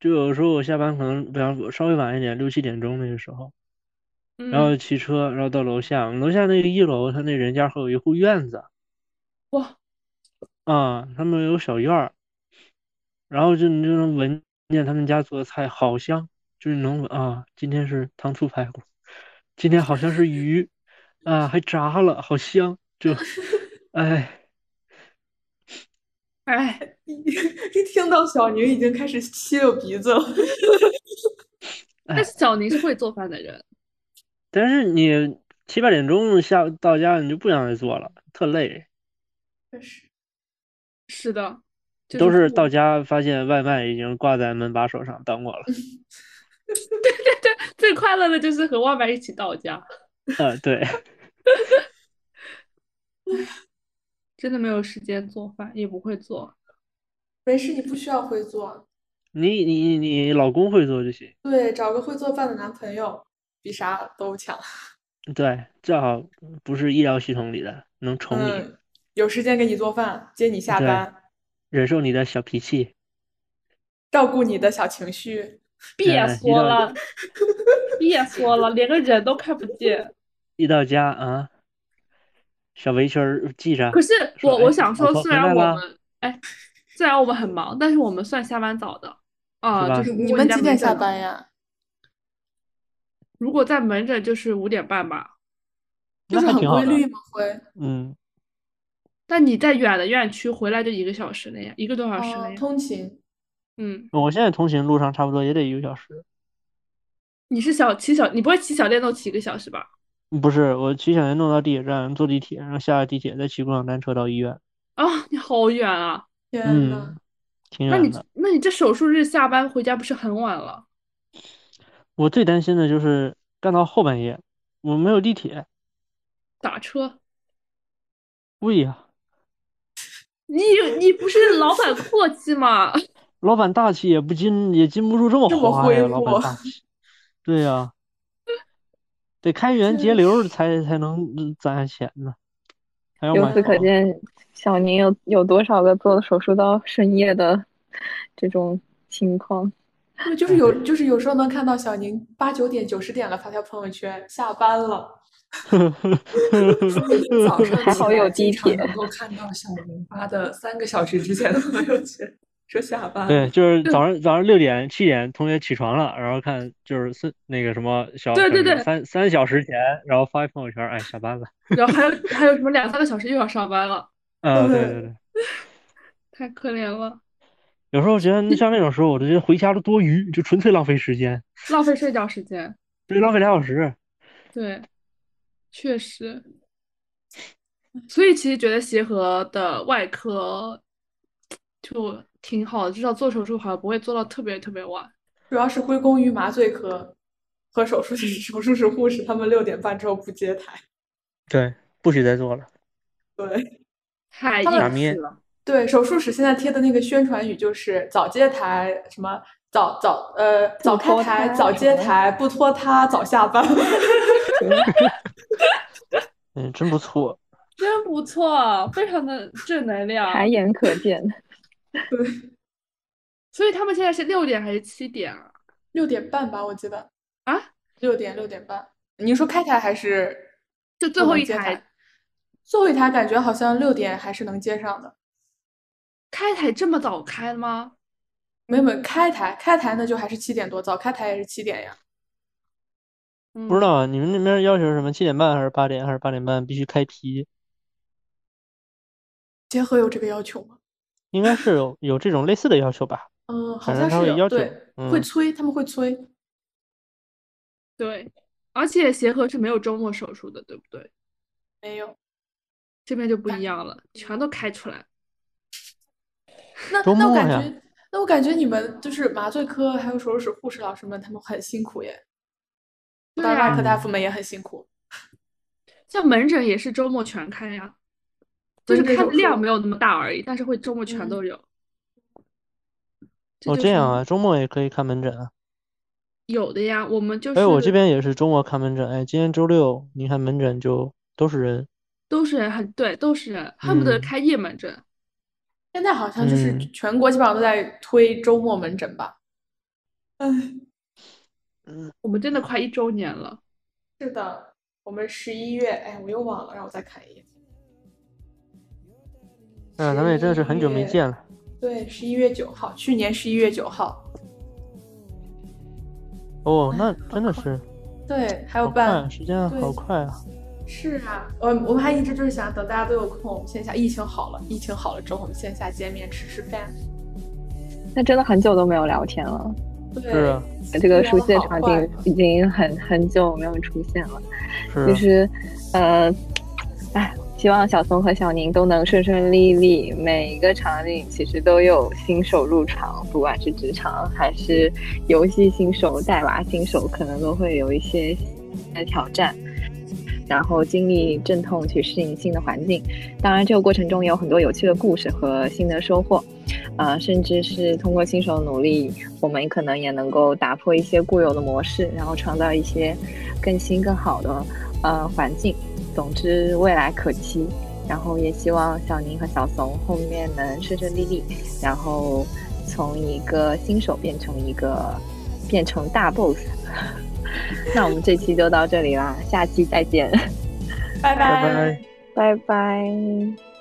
Speaker 2: 就有的时候我下班可能比方说稍微晚一点，六七点钟那个时候，然后
Speaker 3: 嗯
Speaker 2: 骑车，然后到楼下，楼下那个一楼，他那人家还有一户院子
Speaker 3: 哇，
Speaker 2: 啊，他们有小院儿，然后就你就能闻见他们家做的菜好香，就是能闻啊，今天是糖醋排骨，今天好像是鱼啊，还炸了，好香， 就哎。
Speaker 3: 哎，
Speaker 6: 一听到小宁已经开始吸溜鼻子了。
Speaker 3: 但是小宁是会做饭的人，
Speaker 2: 但是你七八点钟下到家，你就不想再做了，特累。
Speaker 6: 确实，
Speaker 3: 是的，就
Speaker 2: 都是
Speaker 3: 父
Speaker 2: 到家发现外卖已经挂在门把手上等 我了。
Speaker 3: 最快乐的就是和外卖一起到家，
Speaker 2: 嗯，对，
Speaker 3: 真的没有时间做饭，也不会做。
Speaker 6: 没事，你不需要会做，
Speaker 2: 你你你老公会做就行。
Speaker 6: 对，找个会做饭的男朋友比啥都强。
Speaker 2: 对，最好不是医疗系统里的，能宠你，
Speaker 6: 嗯，有时间给你做饭，接你下
Speaker 2: 对
Speaker 6: 班，
Speaker 2: 忍受你的小脾气。
Speaker 6: 照顾你的小情绪。
Speaker 3: 别
Speaker 2: 哎一到
Speaker 3: 说了，别说了，连个人都看不 见。
Speaker 2: 一到家啊，小围裙儿系着
Speaker 3: 可。是
Speaker 2: 说
Speaker 3: 我
Speaker 2: 哎
Speaker 3: 我想
Speaker 2: 老
Speaker 3: 说，
Speaker 2: 婆
Speaker 3: 虽
Speaker 2: 回
Speaker 3: 然
Speaker 2: 来
Speaker 3: 我
Speaker 2: 啦
Speaker 3: 们哎，虽然我们很忙，但是我们算下班早的
Speaker 2: 是
Speaker 3: 啊、
Speaker 2: 吧
Speaker 3: 就
Speaker 2: 你
Speaker 3: 是如
Speaker 6: 你
Speaker 3: 果
Speaker 6: 们
Speaker 3: 在
Speaker 6: 几点
Speaker 3: 门诊
Speaker 6: 下
Speaker 3: 的
Speaker 6: 班呀？
Speaker 3: 如果在门诊就是五点半吧，
Speaker 2: 那
Speaker 6: 就是
Speaker 2: 还
Speaker 6: 很
Speaker 2: 挺好
Speaker 6: 规
Speaker 2: 的
Speaker 6: 律吗？会。
Speaker 2: 嗯，
Speaker 3: 但你在远的院区回来就一个小时了呀，一个多小时了
Speaker 6: 哦，
Speaker 3: 呀。
Speaker 6: 通勤。
Speaker 3: 嗯，
Speaker 2: 我现在通勤路上差不多也得一个小时。
Speaker 3: 你是小骑小，你不会骑小电动骑一个小时吧？
Speaker 2: 不是，我骑小电动到地铁站，坐地铁，然后下了地铁再骑共享单车到医院。
Speaker 3: 啊，你好远啊！
Speaker 6: 天呐，
Speaker 2: 嗯，挺
Speaker 3: 那
Speaker 2: 远
Speaker 3: 你
Speaker 2: 的。
Speaker 3: 那你这手术日下班回家不是很晚了？
Speaker 2: 我最担心的就是干到后半夜，我没有地铁，
Speaker 3: 打车，
Speaker 2: 贵呀、
Speaker 3: 你有你不是老板阔气吗？
Speaker 2: 老板大气也不禁也禁不住这么
Speaker 6: 这么
Speaker 2: 花呀，
Speaker 6: 挥
Speaker 2: 老板
Speaker 6: 霍
Speaker 2: 大气。对呀、得开源节流儿才才能嗯攒钱呢，还要
Speaker 4: 由
Speaker 2: 买
Speaker 4: 此可
Speaker 2: 房。
Speaker 4: 见，小宁有有多少个做手术到深夜的这种情况。
Speaker 6: 对，就是有，就是有时候能看到小宁八九点、九十点了发条朋友圈，下班了。
Speaker 7: 说明早上
Speaker 4: 还
Speaker 7: 起
Speaker 4: 好
Speaker 7: 来
Speaker 4: 有
Speaker 7: 经
Speaker 4: 地
Speaker 7: 常
Speaker 4: 铁
Speaker 7: 能够看到小明发的三个小时之前的朋友圈，说下班
Speaker 2: 对，
Speaker 7: 了
Speaker 2: 就是早上早上六点七点同学起床了，然后看就是三那个什么小
Speaker 3: 对
Speaker 2: 小
Speaker 3: 对
Speaker 2: 明
Speaker 3: 对
Speaker 2: 三三小时前，然后发一朋友圈，哎，下班了。
Speaker 3: 然后还有还有什么两三个小时又要上班了，
Speaker 2: 啊，对
Speaker 6: 对
Speaker 2: 对对。
Speaker 3: 太可怜了，
Speaker 2: 有时候觉得像那种时候，我就觉得回家都多余，就纯粹浪费时间，
Speaker 3: 浪费睡觉时间。
Speaker 2: 对，浪费俩小时。
Speaker 3: 对，确实。所以其实觉得协和的外科就挺好的，至少做手术好像不会做到特别特别晚。
Speaker 6: 主要是归功于麻醉科和手术室 手术室护士，他们六点半之后不接台。
Speaker 2: 对，不许再做了。
Speaker 6: 对
Speaker 3: 太
Speaker 6: 他们
Speaker 2: 打
Speaker 3: 硬气
Speaker 2: 咩
Speaker 3: 了，
Speaker 6: 对，手术室现在贴的那个宣传语就是“早接台”什么“早早呃早开
Speaker 4: 拖
Speaker 6: 台
Speaker 4: 沓
Speaker 6: 早接
Speaker 4: 什么
Speaker 6: 台不拖沓早下班
Speaker 2: 嗯，真不错。
Speaker 3: 真不错，非常的正能量。
Speaker 4: 抬眼可见，
Speaker 3: 所以他们现在是六点还是七点啊？”，
Speaker 6: 六点半吧，我记得
Speaker 3: 啊，
Speaker 6: 六点六点半。你说开台还是
Speaker 3: 就最
Speaker 6: 不
Speaker 3: 后
Speaker 6: 能
Speaker 3: 一
Speaker 6: 接
Speaker 3: 台
Speaker 6: 台？最后一台感觉好像六点还是能接上的。
Speaker 3: 开台这么早开吗？
Speaker 6: 没有没有开台，开台那就还是七点多，早开台也是七点呀。
Speaker 2: 不知
Speaker 3: 嗯
Speaker 2: 道啊你们那边要求是什么？七点半还是八点还是八点半必须开皮？
Speaker 6: 结合有这个要求吗？
Speaker 2: 应该是有有这种类似的要求吧？
Speaker 6: 嗯，好
Speaker 2: 反正
Speaker 6: 像
Speaker 2: 他
Speaker 6: 是
Speaker 2: 会
Speaker 6: 有，
Speaker 2: 要求
Speaker 6: 对，会
Speaker 2: 嗯
Speaker 6: 催，他们会催。
Speaker 3: 对，而且协和是没有周末手术的，对不对？
Speaker 6: 没有，
Speaker 3: 这边就不
Speaker 6: 感
Speaker 3: 一样了，全都开出来。
Speaker 6: 那
Speaker 2: 周
Speaker 6: 那我
Speaker 2: 末
Speaker 6: 感
Speaker 2: 呀
Speaker 6: 觉，那我感觉你们就是麻醉科还有手术室护士老师们，他们很辛苦耶。
Speaker 3: 对啊
Speaker 6: 当然
Speaker 3: 呀、
Speaker 6: 外科大
Speaker 2: 嗯
Speaker 6: 夫们也很辛苦，
Speaker 3: 像门诊也是周末全开呀、就
Speaker 6: 门
Speaker 3: 是
Speaker 6: 诊
Speaker 3: 开的
Speaker 6: 手
Speaker 3: 量
Speaker 6: 术
Speaker 3: 没有那么大而已，但是会周末全
Speaker 6: 嗯
Speaker 3: 都有。
Speaker 2: 哦，
Speaker 3: 就
Speaker 2: 这
Speaker 3: 是
Speaker 2: 样啊，周末也可以看门诊啊。
Speaker 3: 有的呀，我们就是。
Speaker 2: 哎，我这边也是周末看门诊。哎，今天周六，你看门诊就都是人。
Speaker 3: 都是人，很对，都是人，恨不得
Speaker 2: 嗯
Speaker 3: 开夜门诊。
Speaker 6: 现在好像就是
Speaker 2: 嗯
Speaker 6: 全国基本上都在推周末门诊吧。哎，
Speaker 3: 我们真的快一周年了。
Speaker 6: 是的，我们十一月，哎，我又忘了，让我再看一眼。
Speaker 2: 嗯，咱们也真的是很久没
Speaker 6: 11
Speaker 2: 见了。
Speaker 6: 对，十一月九号，去年十一月九号。
Speaker 2: 哦，
Speaker 6: 哎
Speaker 2: 那
Speaker 6: 好
Speaker 2: 真的
Speaker 6: 快
Speaker 2: 是
Speaker 6: 对，还
Speaker 2: 好
Speaker 6: 有半
Speaker 2: 快，。啊时间
Speaker 6: 对
Speaker 2: 好快啊！
Speaker 6: 是啊，我我们还一直就是想等大家都有空，我们线下疫情好了，疫情好了之后，我们线下见面吃吃饭。
Speaker 4: 那真的很久都没有聊天了，
Speaker 6: 对，
Speaker 2: 是啊
Speaker 4: 这个
Speaker 6: 时
Speaker 4: 熟
Speaker 6: 光
Speaker 4: 悉的
Speaker 6: 好啊
Speaker 4: 场
Speaker 6: 快
Speaker 4: 景已经很很久没有出现了。
Speaker 2: 是
Speaker 4: 其
Speaker 2: 啊，
Speaker 4: 实，呃，哎，希望小松和小宁都能顺顺利利。每个场景其实都有新手入场，不管是职场还是游戏新手、带娃新手，可能都会有一些新的挑战。然后经历阵痛去适应新的环境，当然这个过程中也有很多有趣的故事和新的收获，呃，甚至是通过新手努力，我们可能也能够打破一些固有的模式，然后创造一些更新更好的呃环境。总之，未来可期。然后也希望小宁和小怂后面能顺顺利利，然后从一个新手变成一个变成大 boss。那我们这期就到这里啦，下期再见，
Speaker 6: 拜
Speaker 2: 拜拜。
Speaker 4: 拜拜。